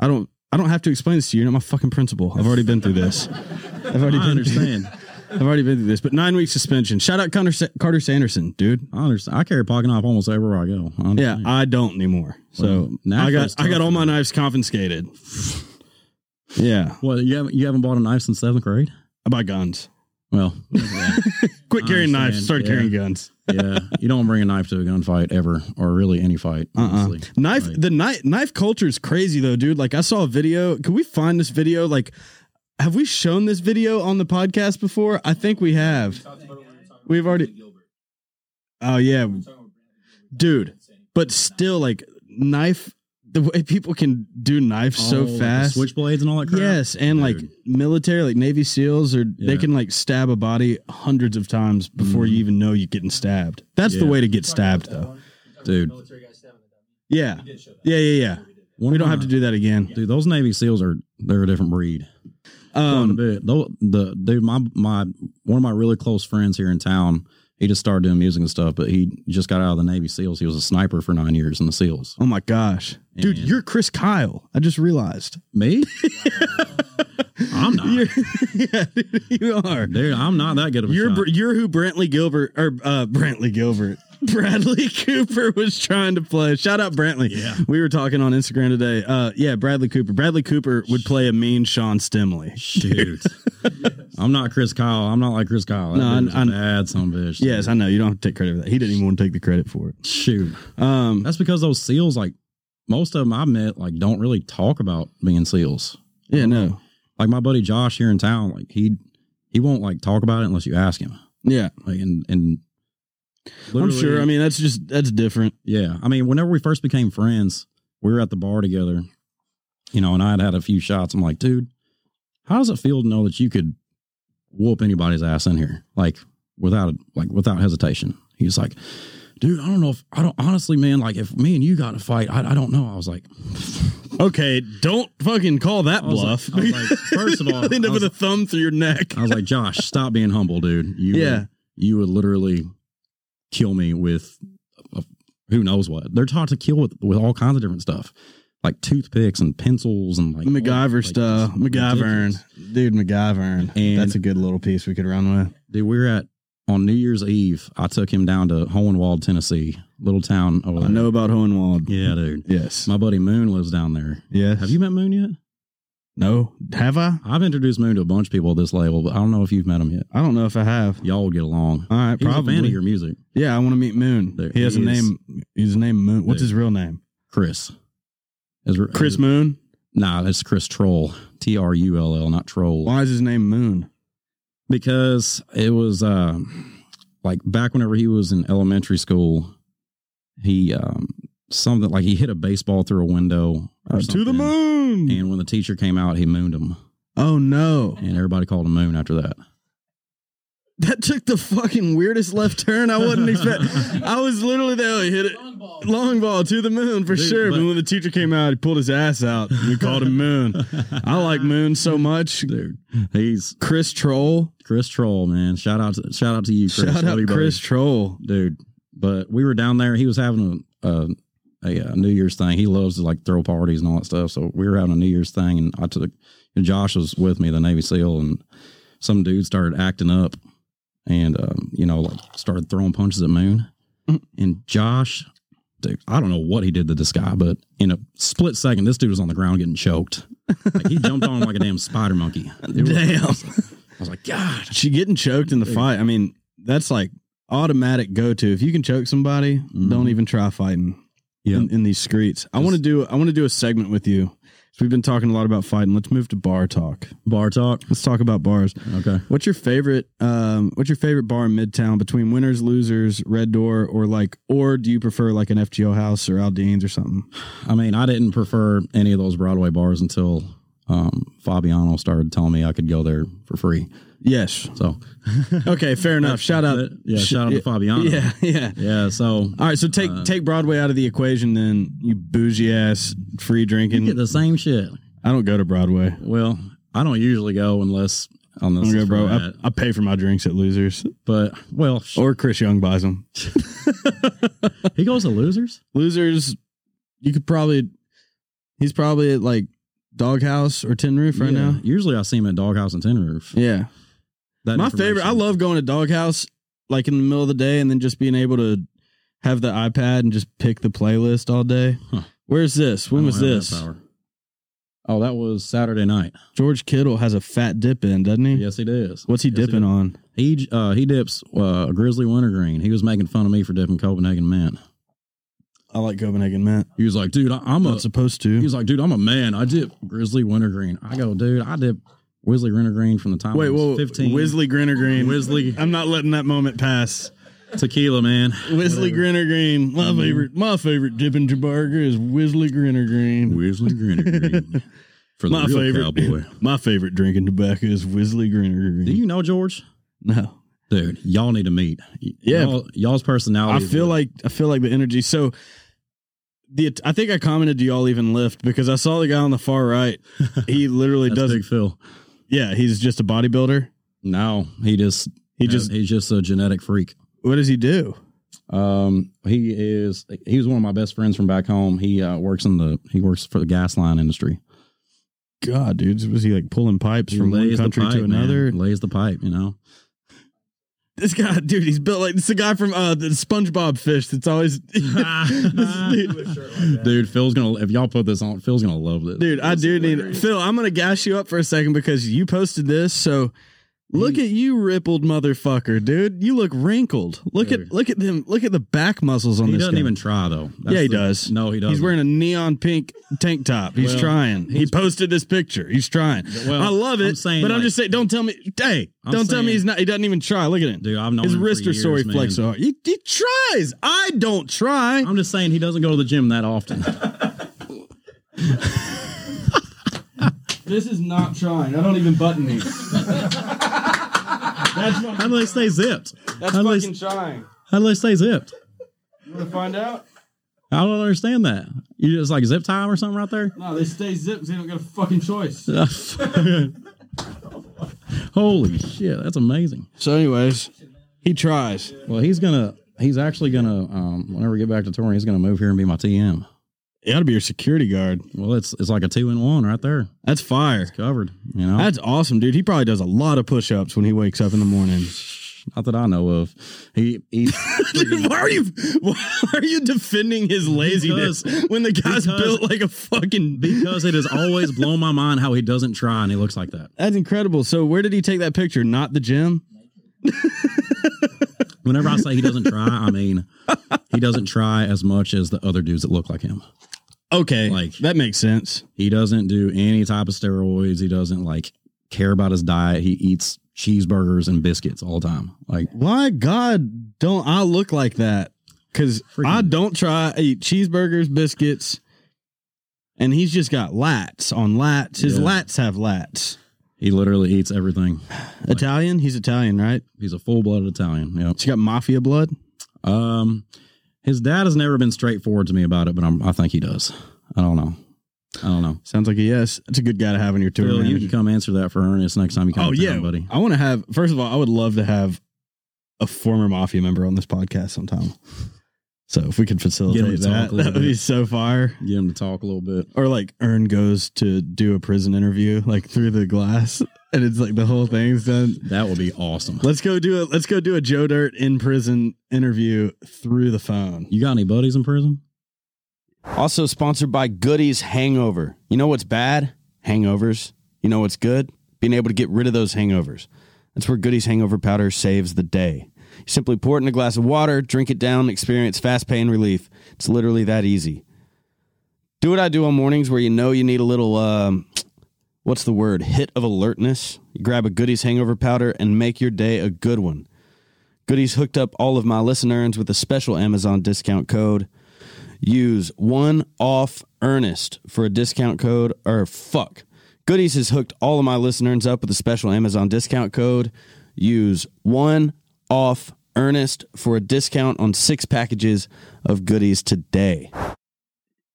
Speaker 1: I don't. I don't have to explain this to you. You're not my fucking principal. I've already been through this. I've already
Speaker 3: I
Speaker 1: been.
Speaker 3: understand.
Speaker 1: I've already been through this. But nine week suspension. Shout out Connor Sa- Carter Sanderson, dude.
Speaker 3: I understand. I carry a pocket knife almost everywhere I go. I
Speaker 1: Yeah,
Speaker 3: understand.
Speaker 1: I don't anymore. So
Speaker 3: Well, now
Speaker 1: I got
Speaker 3: it's
Speaker 1: I got
Speaker 3: tough.
Speaker 1: all my knives confiscated. yeah,
Speaker 3: Well, you haven't you haven't bought a knife since seventh grade?
Speaker 1: I buy guns.
Speaker 3: Well,
Speaker 1: Quit carrying
Speaker 3: understand,
Speaker 1: knives. Start
Speaker 3: yeah.
Speaker 1: carrying guns.
Speaker 3: yeah. You don't bring a knife to a gunfight ever, or really any fight.
Speaker 1: Uh-uh.
Speaker 3: Honestly,
Speaker 1: Knife.
Speaker 3: Like-
Speaker 1: The knife knife culture is crazy though, dude. Like I saw a video. Can we find this video? Like, have we shown this video on the podcast before? I think we have. We've already. Oh yeah, dude. But still, like knife. The way people can do knife
Speaker 3: Oh,
Speaker 1: so
Speaker 3: like the
Speaker 1: fast.
Speaker 3: switchblades and all that crap.
Speaker 1: Yes, and like
Speaker 3: Dude.
Speaker 1: military, like Navy SEALs, or they
Speaker 3: Yeah. Mm-hmm.
Speaker 1: can like stab a body hundreds of times before you even know you're getting stabbed. That's the
Speaker 3: Yeah.
Speaker 1: way to get stabbed, though.
Speaker 3: Dude.
Speaker 4: Military guy stabbing the dummy.
Speaker 1: Yeah,
Speaker 4: Didn't show that.
Speaker 1: yeah, yeah, yeah.
Speaker 3: One
Speaker 1: We
Speaker 3: of
Speaker 1: don't
Speaker 3: my-
Speaker 1: have to do that again.
Speaker 3: Dude, those Navy SEALs are they're a different breed.
Speaker 1: Um,
Speaker 3: Dude, though the dude, my my one of my really close friends here in town, he just started doing music and stuff, but he just got out of the Navy SEAls. He was a sniper for nine years in the SEALs.
Speaker 1: oh my gosh, dude,
Speaker 3: And-
Speaker 1: you're Chris Kyle. I just realized.
Speaker 3: Me? I'm not.
Speaker 1: You're, yeah, dude, you are.
Speaker 3: dude, I'm not that good of a
Speaker 1: You're
Speaker 3: shot.
Speaker 1: Br- you're who Brantley Gilbert or uh, Brantley Gilbert. Bradley Cooper was trying to play. Shout out Brantley.
Speaker 3: Yeah.
Speaker 1: We were talking on Instagram today. Uh, yeah, Bradley Cooper. Bradley Cooper would play a mean Sean Stimley.
Speaker 3: Shoot. I'm not Chris Kyle. I'm not like Chris Kyle. That
Speaker 1: No, I-
Speaker 3: dude was a
Speaker 1: I-
Speaker 3: bad son of a bitch.
Speaker 1: Yes, I know. You don't have to take credit for that. He didn't even want to take the credit for it.
Speaker 3: Shoot.
Speaker 1: Um,
Speaker 3: That's because those SEALs, like most of them I met, like don't really talk about being SEALs.
Speaker 1: yeah, no.
Speaker 3: Like my buddy Josh here in town, like he he won't like talk about it unless you ask him.
Speaker 1: Yeah.
Speaker 3: Like and and
Speaker 1: I'm
Speaker 3: literally-
Speaker 1: sure. I mean, that's just that's different.
Speaker 3: yeah. I mean, whenever we first became friends, we were at the bar together, you know, and I had had a few shots. I'm like, dude, how does it feel to know that you could whoop anybody's ass in here, like without like without hesitation? He's like, dude, I don't know if I don't honestly, man. Like, if me and you got in a fight, I, I don't know. I was like,
Speaker 1: Okay, don't fucking call that
Speaker 3: I was
Speaker 1: bluff.
Speaker 3: like- I was like, first of all,
Speaker 1: You'll end
Speaker 3: I
Speaker 1: up with a
Speaker 3: was-
Speaker 1: thumb through your neck.
Speaker 3: I was like, Josh, stop being humble, dude. You
Speaker 1: Yeah.
Speaker 3: would, you would literally kill me with a, who knows what. They're taught to kill with with all kinds of different stuff, like toothpicks and pencils and like all-
Speaker 1: MacGyver
Speaker 3: like,
Speaker 1: stuff.
Speaker 3: it's ridiculous.
Speaker 1: MacGyvern. Dude, MacGyvern.
Speaker 3: And-
Speaker 1: that's a good little piece we could run with.
Speaker 3: Dude, we were at on New Year's Eve. I took him down to Hohenwald, Tennessee, little town over
Speaker 1: I
Speaker 3: there.
Speaker 1: know about Hohenwald.
Speaker 3: Yeah, dude.
Speaker 1: Yes.
Speaker 3: My buddy Moon lives down there.
Speaker 1: yes.
Speaker 3: Have you met Moon yet?
Speaker 1: No. Have I?
Speaker 3: I've introduced Moon to a bunch of people at this label, but I don't know if you've met him yet.
Speaker 1: I don't know if I have.
Speaker 3: Y'all would get along.
Speaker 1: All right,
Speaker 3: He's a fan of
Speaker 1: probably.
Speaker 3: your music,
Speaker 1: Yeah, I want to meet Moon.
Speaker 3: There
Speaker 1: he has
Speaker 3: he
Speaker 1: a
Speaker 3: is.
Speaker 1: name. His name Moon. What's
Speaker 3: There.
Speaker 1: his real name?
Speaker 3: Chris. Is-
Speaker 1: Chris
Speaker 3: is-
Speaker 1: Moon.
Speaker 3: Nah, that's Chris Troll. T R U L L, not troll.
Speaker 1: Why is his name Moon?
Speaker 3: Because it was uh, like back whenever he was in elementary school, he um something like he hit a baseball through a window or
Speaker 1: to the
Speaker 3: something.
Speaker 1: moon.
Speaker 3: And when the teacher came out, he mooned him,
Speaker 1: oh no.
Speaker 3: and everybody called him Moon after that.
Speaker 1: That took the fucking weirdest left turn. I wasn't expecting. I was literally there. like, hit it
Speaker 4: Long ball.
Speaker 1: long ball to the moon for
Speaker 3: Dude,
Speaker 1: sure. But,
Speaker 3: but-
Speaker 1: when the teacher came out, he pulled his ass out. and We called him Moon. I like Moon so much.
Speaker 3: Dude, he's
Speaker 1: Chris Troll.
Speaker 3: Chris Troll, man. Shout out, to, shout out to you, Chris.
Speaker 1: Shout
Speaker 3: Love
Speaker 1: out
Speaker 3: you, buddy.
Speaker 1: Chris Troll.
Speaker 3: dude. But we were down there. He was having a, a a, uh New Year's thing. He loves to like throw parties and all that stuff. So we were having a New Year's thing, and I took and Josh was with me, the Navy SEAL, and some dude started acting up, and um, you know, like started throwing punches at Moon,
Speaker 1: Mm-hmm.
Speaker 3: and Josh. Dude, I don't know what he did to this guy, but in a split second, this dude was on the ground getting choked. Like he jumped on him like a damn spider monkey. It was-
Speaker 1: Damn.
Speaker 3: I was like, God.
Speaker 1: She getting choked in the fight. I mean, that's like automatic go to. If you can choke somebody,
Speaker 3: Mhm.
Speaker 1: don't even try fighting
Speaker 3: Yeah.
Speaker 1: in, in these streets. I want to do I want to do a segment with you. So we've been talking a lot about fighting. Let's move to bar talk.
Speaker 3: Bar talk.
Speaker 1: Let's talk about bars.
Speaker 3: Okay.
Speaker 1: What's your favorite um what's your favorite bar in Midtown between winners, losers, red door, or like or do you prefer like an FGO house or Aldean's or something?
Speaker 3: I mean, I didn't prefer any of those Broadway bars until um, Fabiano started telling me I could go there for free.
Speaker 1: Yes.
Speaker 3: So,
Speaker 1: Okay, fair enough. Shout out
Speaker 3: yeah,
Speaker 1: Sh-
Speaker 3: shout out to Fabiano.
Speaker 1: Yeah, yeah.
Speaker 3: Yeah, so
Speaker 1: All right, so take
Speaker 3: Uh,
Speaker 1: take Broadway out of the equation, then you bougie ass free drinking.
Speaker 3: get the same shit.
Speaker 1: I don't go to Broadway.
Speaker 3: Well, I don't usually go unless on this,
Speaker 1: I don't go, bro.
Speaker 3: bro.
Speaker 1: I, I pay for my drinks at Losers,
Speaker 3: but well, sh-
Speaker 1: or Chris Young buys them. Oh.
Speaker 3: he goes to losers.
Speaker 1: Losers, you could probably, he's probably at like Doghouse or Tin Roof right
Speaker 3: Yeah.
Speaker 1: now.
Speaker 3: usually I see him at Doghouse and Tin Roof.
Speaker 1: Yeah,
Speaker 3: That
Speaker 1: my favorite. I
Speaker 3: information-
Speaker 1: love going to Doghouse like in the middle of the day, and then just being able to have the iPad and just pick the playlist all day.
Speaker 3: Huh.
Speaker 1: Where's this?
Speaker 3: I
Speaker 1: When
Speaker 3: don't
Speaker 1: was
Speaker 3: have that
Speaker 1: this?
Speaker 3: power. Oh, that was Saturday night.
Speaker 1: George Kittle has a fat dip in, doesn't he?
Speaker 3: Yes, it is.
Speaker 1: What's he
Speaker 3: Yes,
Speaker 1: dipping
Speaker 3: is.
Speaker 1: on?
Speaker 3: He uh, he dips uh, grizzly wintergreen. He was making fun of me for dipping Copenhagen mint.
Speaker 1: I like Copenhagen Mint.
Speaker 3: He was like, dude, I, I'm a.
Speaker 1: Not supposed
Speaker 3: He
Speaker 1: to.
Speaker 3: was like, dude, I'm a man. I dip grizzly wintergreen. I go, dude, I dip grizzly wintergreen from the time I
Speaker 1: Wait,
Speaker 3: was
Speaker 1: whoa,
Speaker 3: 15.
Speaker 1: Wisley Grinner Green.
Speaker 3: Wisley.
Speaker 1: I'm not letting that moment pass.
Speaker 3: tequila, man.
Speaker 1: Wisley Grinner Green. My
Speaker 3: Mm-hmm.
Speaker 1: favorite. My favorite dip in Jabarger is Wisley Grinner Green.
Speaker 3: Grizzly wintergreen for the
Speaker 1: My
Speaker 3: real
Speaker 1: favorite.
Speaker 3: cowboy.
Speaker 1: My favorite drinking tobacco is Wisley Grinner
Speaker 3: Do
Speaker 1: Green.
Speaker 3: you know George?
Speaker 1: No,
Speaker 3: Dude, y'all need to meet. Y-
Speaker 1: Yeah.
Speaker 3: y'all, y'all's
Speaker 1: I
Speaker 3: personality.
Speaker 1: feel like I feel like the energy. So. The, I think I commented to y'all even lift because I saw the guy on the far right. He literally
Speaker 3: it does. Big
Speaker 1: doesn't.
Speaker 3: Phil.
Speaker 1: Yeah, he's just a bodybuilder.
Speaker 3: No, he just uh,
Speaker 1: He just.
Speaker 3: he's just a genetic freak.
Speaker 1: What does he do?
Speaker 3: Um, he is. He was one of my best friends from back home. He uh, works in the. He works for the gas line industry.
Speaker 1: God, dude, was he like pulling pipes
Speaker 3: He
Speaker 1: from one
Speaker 3: lays the
Speaker 1: country to
Speaker 3: pipe, man.
Speaker 1: another?
Speaker 3: Lays the pipe. You know.
Speaker 1: This guy, dude, he's built like this. The guy from uh, the SpongeBob fish. That's always, This dude,
Speaker 3: dude, Phil's gonna. If y'all put this on, Phil's gonna love this.
Speaker 1: dude. I do need Phil. I'm gonna gash you up for a second because you posted this. So
Speaker 3: Mm.
Speaker 1: look at you, rippled motherfucker, dude. You look wrinkled. Look at
Speaker 3: Dude.
Speaker 1: look at them. Look at the back muscles on
Speaker 3: he
Speaker 1: this.
Speaker 3: doesn't
Speaker 1: guy.
Speaker 3: even try though.
Speaker 1: Yeah, he
Speaker 3: the-
Speaker 1: does.
Speaker 3: No, he doesn't.
Speaker 1: He's wearing a neon pink tank top. He's
Speaker 3: Well,
Speaker 1: trying. He posted this picture. He's trying.
Speaker 3: Well,
Speaker 1: I love it.
Speaker 3: I'm saying,
Speaker 1: but I'm
Speaker 3: like-
Speaker 1: just saying, don't tell me. Hey,
Speaker 3: I'm
Speaker 1: don't tell me
Speaker 3: saying-
Speaker 1: he's not. He doesn't even try. Look at him.
Speaker 3: Dude, I've known
Speaker 1: His
Speaker 3: him for
Speaker 1: wrists are so
Speaker 3: years,
Speaker 1: he flexes
Speaker 3: man.
Speaker 1: hard. He, he tries. I don't try.
Speaker 3: I'm just saying he doesn't go to the gym that often.
Speaker 1: This is not trying. I don't even button these. that's
Speaker 3: How do they stay zipped?
Speaker 1: that's
Speaker 3: how, do they,
Speaker 1: fucking trying.
Speaker 3: how do they stay zipped?
Speaker 1: You want to find out?
Speaker 3: I don't understand that. You just like zip time or something right there?
Speaker 1: No, they stay zipped. They don't got a fucking choice.
Speaker 3: Holy shit, that's amazing.
Speaker 1: So, anyways, he tries.
Speaker 3: Well, he's gonna. He's actually gonna. Um, whenever we get back to touring, he's gonna move here and be my TM.
Speaker 1: You got to be your security guard.
Speaker 3: Well, it's it's like a two in one right there,
Speaker 1: That's fire.
Speaker 3: covered. You know,
Speaker 1: That's awesome, dude. He probably does a lot of push-ups when he wakes up in the morning.
Speaker 3: not that I know of. He he.
Speaker 1: Dude, why are you why are you defending his laziness
Speaker 3: Because-
Speaker 1: when the guy's
Speaker 3: because-
Speaker 1: built like a fucking
Speaker 3: because it has always blown my mind how he doesn't try and he looks like that.
Speaker 1: That's incredible. So where did he take that picture? Not the gym?
Speaker 3: Whenever I say he doesn't try, I mean he doesn't try as much as the other dudes that look like him.
Speaker 1: Okay.
Speaker 3: Like-
Speaker 1: that makes sense.
Speaker 3: He doesn't do any type of steroids. He doesn't like care about his diet. He eats cheeseburgers and biscuits all the time. Like
Speaker 1: Why God don't I look like that? Because
Speaker 3: Freaking-
Speaker 1: I don't try I eat cheeseburgers, biscuits, and he's just got lats on lats. His
Speaker 3: Yeah.
Speaker 1: lats have lats.
Speaker 3: he literally eats everything.
Speaker 1: Italian? He's Italian, right?
Speaker 3: He's a full blooded Italian. Yep.
Speaker 1: He's got mafia blood.
Speaker 3: Um, his dad has never been straightforward to me about it, but I'm, I think he does. I don't know. I don't know.
Speaker 1: Sounds like a yes. That's a good guy to have on your tour.
Speaker 3: Phil, you
Speaker 1: manager.
Speaker 3: can come answer that for Ernest next time you come.
Speaker 1: oh
Speaker 3: to
Speaker 1: yeah,
Speaker 3: town, buddy.
Speaker 1: I want to have. First of all, I would love to have a former mafia member on this podcast sometime. So if we could facilitate
Speaker 3: to talk
Speaker 1: that,
Speaker 3: a little
Speaker 1: that would be
Speaker 3: bit.
Speaker 1: so fire.
Speaker 3: Get him to talk a little bit.
Speaker 1: Or like Ern goes to do a prison interview like through the glass, and it's like the whole thing's done.
Speaker 3: That would be awesome.
Speaker 1: Let's go do it. Let's go do a Joe Dirt in prison interview through the phone.
Speaker 3: You got any buddies in prison?
Speaker 1: Also sponsored by Goodies Hangover. You know what's bad? Hangovers. You know what's good? Being able to get rid of those hangovers. That's where Goodies Hangover Powder saves the day. You simply pour it in a glass of water, drink it down, experience fast pain relief. It's literally that easy. Do what I do on mornings where you know you need a little, um, what's the word, hit of alertness. You grab a Goodies Hangover Powder and make your day a good one. Goodies hooked up all of my listeners with a special Amazon discount code use one off earnest for a discount code or fuck goodies has hooked all of my listeners up with a special amazon discount code use one off earnest for a discount on six packages of goodies today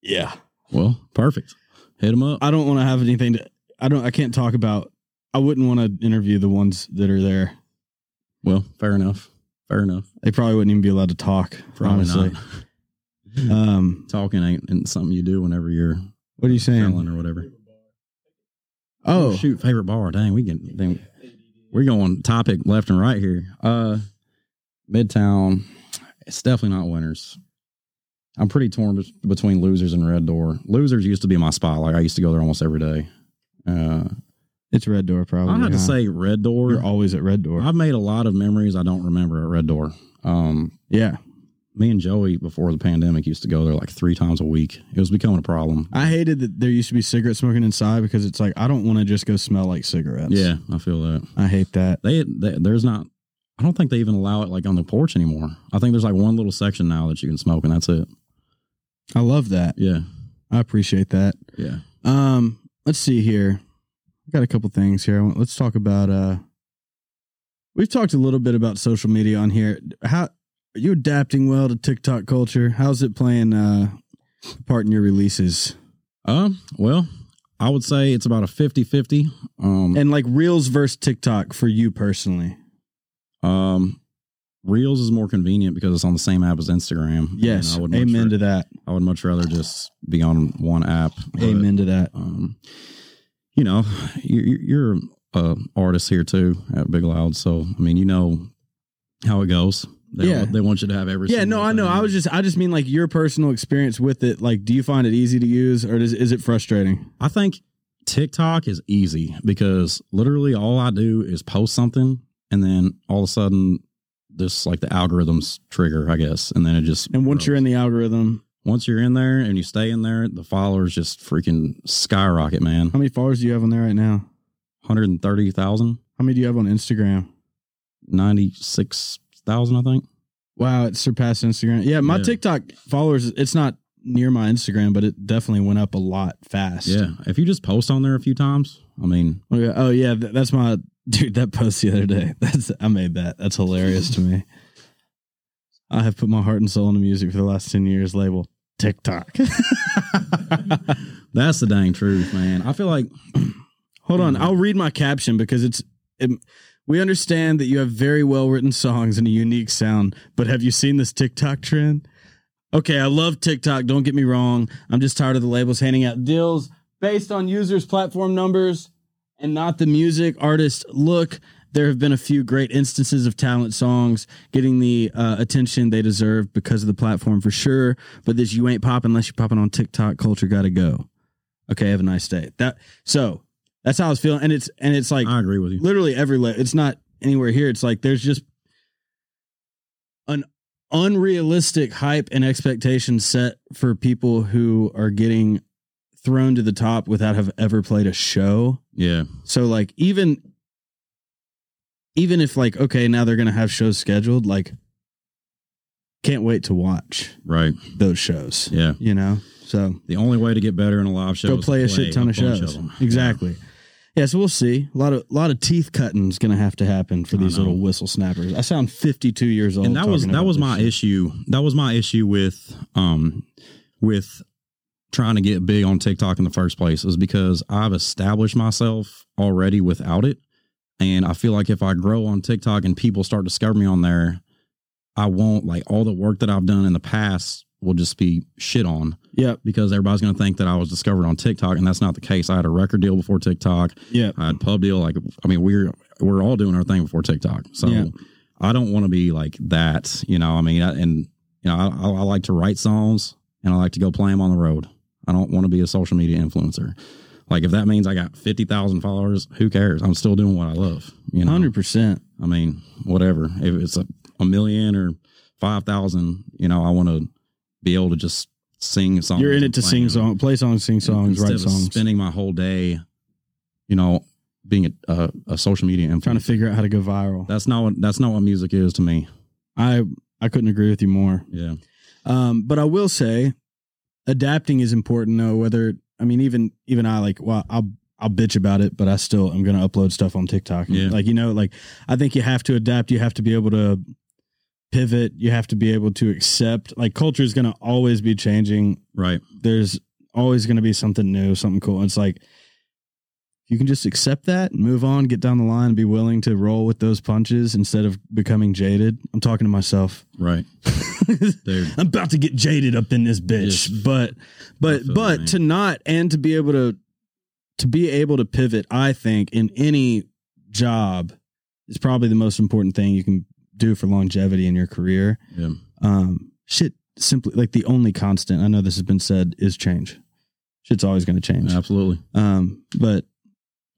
Speaker 1: yeah
Speaker 3: Well, perfect. Hit him up.
Speaker 1: i don't want to have anything to i don't i can't talk about i wouldn't want to interview the ones that are there
Speaker 3: Well, fair enough. Fair enough.
Speaker 1: they probably wouldn't even be allowed to talk
Speaker 3: Probably
Speaker 1: honestly
Speaker 3: not.
Speaker 1: um
Speaker 3: Talking ain't, ain't something you do whenever you're
Speaker 1: what are you saying
Speaker 3: felon or whatever.
Speaker 1: oh
Speaker 3: shoot, favorite bar. Dang, we can. Dang, we're going topic left and right here. Uh, Midtown. It's definitely not winners. I'm pretty torn bet- between losers and Red Door. Losers used to be my spot. Like I used to go there almost every day. Uh,
Speaker 1: it's red door probably
Speaker 3: I have
Speaker 1: huh?
Speaker 3: to say Red Door.
Speaker 1: we're always at red door
Speaker 3: I've made a lot of memories I don't remember at Red Door. Um,
Speaker 1: yeah
Speaker 3: me and Joey before the pandemic used to go there like three times a week. It was becoming a problem.
Speaker 1: I hated that there used to be cigarette smoking inside because it's like I don't want to just go smell like cigarettes.
Speaker 3: Yeah, I feel that.
Speaker 1: I hate that.
Speaker 3: They, they there's not. I don't think they even allow it like on the porch anymore. I think there's like one little section now that you can smoke, and that's it.
Speaker 1: I love that.
Speaker 3: Yeah,
Speaker 1: I appreciate that.
Speaker 3: yeah.
Speaker 1: Um, let's see here. I got a couple things here. I want, let's talk about. uh We've talked a little bit about social media on here. How are you adapting well to TikTok culture? How's it playing uh a part in your releases?
Speaker 3: Um. Well, I would say it's about a 50-50. Um.
Speaker 1: And like Reels versus TikTok for you personally.
Speaker 3: um. Reels is more convenient because it's on the same app as Instagram.
Speaker 1: Yes.
Speaker 3: And much
Speaker 1: Amen
Speaker 3: ra-
Speaker 1: to that.
Speaker 3: I would much rather just be on one app. but,
Speaker 1: Amen to that.
Speaker 3: Um. You know, you- you- you're a artist here too at Big Loud, so I mean, you know how it goes. They,
Speaker 1: Yeah.
Speaker 3: they want you to have every.
Speaker 1: Yeah,
Speaker 3: single
Speaker 1: no, I know.
Speaker 3: thing.
Speaker 1: I was just, I just mean like your personal experience with it. Like, do you find it easy to use, or does, is it frustrating?
Speaker 3: I think TikTok is easy because literally all I do is post something and then all of a sudden this like the algorithms trigger, I guess. And then it just
Speaker 1: And once you're in the algorithm,
Speaker 3: once you're in there and you stay in there, the followers just freaking skyrocket, man.
Speaker 1: how many followers do you have on there right now?
Speaker 3: 130,000,
Speaker 1: How many do you have on Instagram?
Speaker 3: 96,000, I think.
Speaker 1: Wow, it surpassed Instagram. Yeah, my
Speaker 3: Yeah.
Speaker 1: TikTok followers, it's not near my Instagram, but it definitely went up a lot fast.
Speaker 3: Yeah. If you just post on there a few times, I mean,
Speaker 1: Oh yeah, oh, yeah th- that's my dude. That post the other day. That's I made that. That's hilarious to me. I have put my heart and soul into music for the last ten years. Label TikTok.
Speaker 3: that's the dang truth, man. I feel like
Speaker 1: Hold on,
Speaker 3: Mhm.
Speaker 1: I'll read my caption because it's. It, we understand that you have very well written songs and a unique sound, but have you seen this TikTok trend? Okay, I love TikTok. Don't get me wrong. I'm just tired of the labels handing out deals based on users' platform numbers and not the music artist look. There have been a few great instances of talent songs getting the uh, attention they deserve because of the platform for sure. But this you ain't popping unless you're popping on TikTok. Culture gotta go. Okay, have a nice day. That so that's how I was feeling, and it's and it's like
Speaker 3: I agree with you.
Speaker 1: literally every le- it's not anywhere here it's like there's just an unrealistic hype and expectation set for people who are getting thrown to the top without have ever played a show
Speaker 3: Yeah.
Speaker 1: so like even even if like okay now they're gonna have shows scheduled like can't wait to watch
Speaker 3: Right.
Speaker 1: those shows
Speaker 3: Yeah.
Speaker 1: you know so
Speaker 3: The only way to get better in a live show
Speaker 1: go
Speaker 3: is
Speaker 1: play
Speaker 3: to
Speaker 1: a shit ton of
Speaker 3: a bunch
Speaker 1: shows.
Speaker 3: them.
Speaker 1: exactly. Yeah, so we'll see. A lot of lot of teeth cutting's going to have to happen for
Speaker 3: I
Speaker 1: these
Speaker 3: know.
Speaker 1: little whistle snappers. I sound 52 years old.
Speaker 3: And that was
Speaker 1: talking
Speaker 3: that
Speaker 1: about
Speaker 3: was
Speaker 1: this
Speaker 3: my
Speaker 1: shit.
Speaker 3: issue. That was my issue with um with trying to get big on TikTok in the first place is because I've established myself already without it. And I feel like if I grow on TikTok and people start discovering me on there, I won't like all the work that I've done in the past will just be shit on
Speaker 1: Yep.
Speaker 3: because everybody's going to think that I was discovered on TikTok, and that's not the case. I had a record deal before TikTok.
Speaker 1: Yep.
Speaker 3: I had Uh, pub deal. Like, I mean, we're we're all doing our thing before TikTok. So
Speaker 1: Yeah.
Speaker 3: I don't want to be like that. You know, I mean, I, and you know, I, I I like to write songs and I like to go play them on the road. I don't want to be a social media influencer. Like, if that means I got fifty thousand followers, who cares? I'm still doing what I love. You know,
Speaker 1: Hundred percent.
Speaker 3: I mean, whatever. If it's a, a million or five thousand, you know, I want to be able to just sing songs.
Speaker 1: You're in it
Speaker 3: and
Speaker 1: to
Speaker 3: play
Speaker 1: sing
Speaker 3: them.
Speaker 1: song, play songs, sing songs,
Speaker 3: Instead
Speaker 1: write
Speaker 3: of
Speaker 1: songs.
Speaker 3: Spending my whole day, you know, being a, a, a social media influencer.
Speaker 1: Trying to figure out how to go viral.
Speaker 3: that's not what that's not what music is to me.
Speaker 1: I I couldn't agree with you more.
Speaker 3: Yeah,
Speaker 1: Um, but I will say, adapting is important though. Whether I mean, even even I like, well, I'll I'll bitch about it, but I still am going to upload stuff on TikTok.
Speaker 3: Yeah.
Speaker 1: Like you know, like I think you have to adapt. You have to be able to pivot. You have to be able to accept. Like culture is going to always be changing.
Speaker 3: right.
Speaker 1: There's always going to be something new, something cool. it's like you can just accept that, move on, get down the line, and be willing to roll with those punches instead of becoming jaded. I'm talking to myself.
Speaker 3: Right. Dude.
Speaker 1: I'm about to get jaded up in this bitch.
Speaker 3: Yes.
Speaker 1: But
Speaker 3: I
Speaker 1: but
Speaker 3: feel
Speaker 1: but
Speaker 3: you, man.
Speaker 1: to not and to be able to to be able to pivot, I think, in any job is probably the most important thing you can do for longevity in your career.
Speaker 3: Yeah.
Speaker 1: Um shit simply like the only constant, I know this has been said, is change. Shit's always gonna change.
Speaker 3: Absolutely.
Speaker 1: Um, but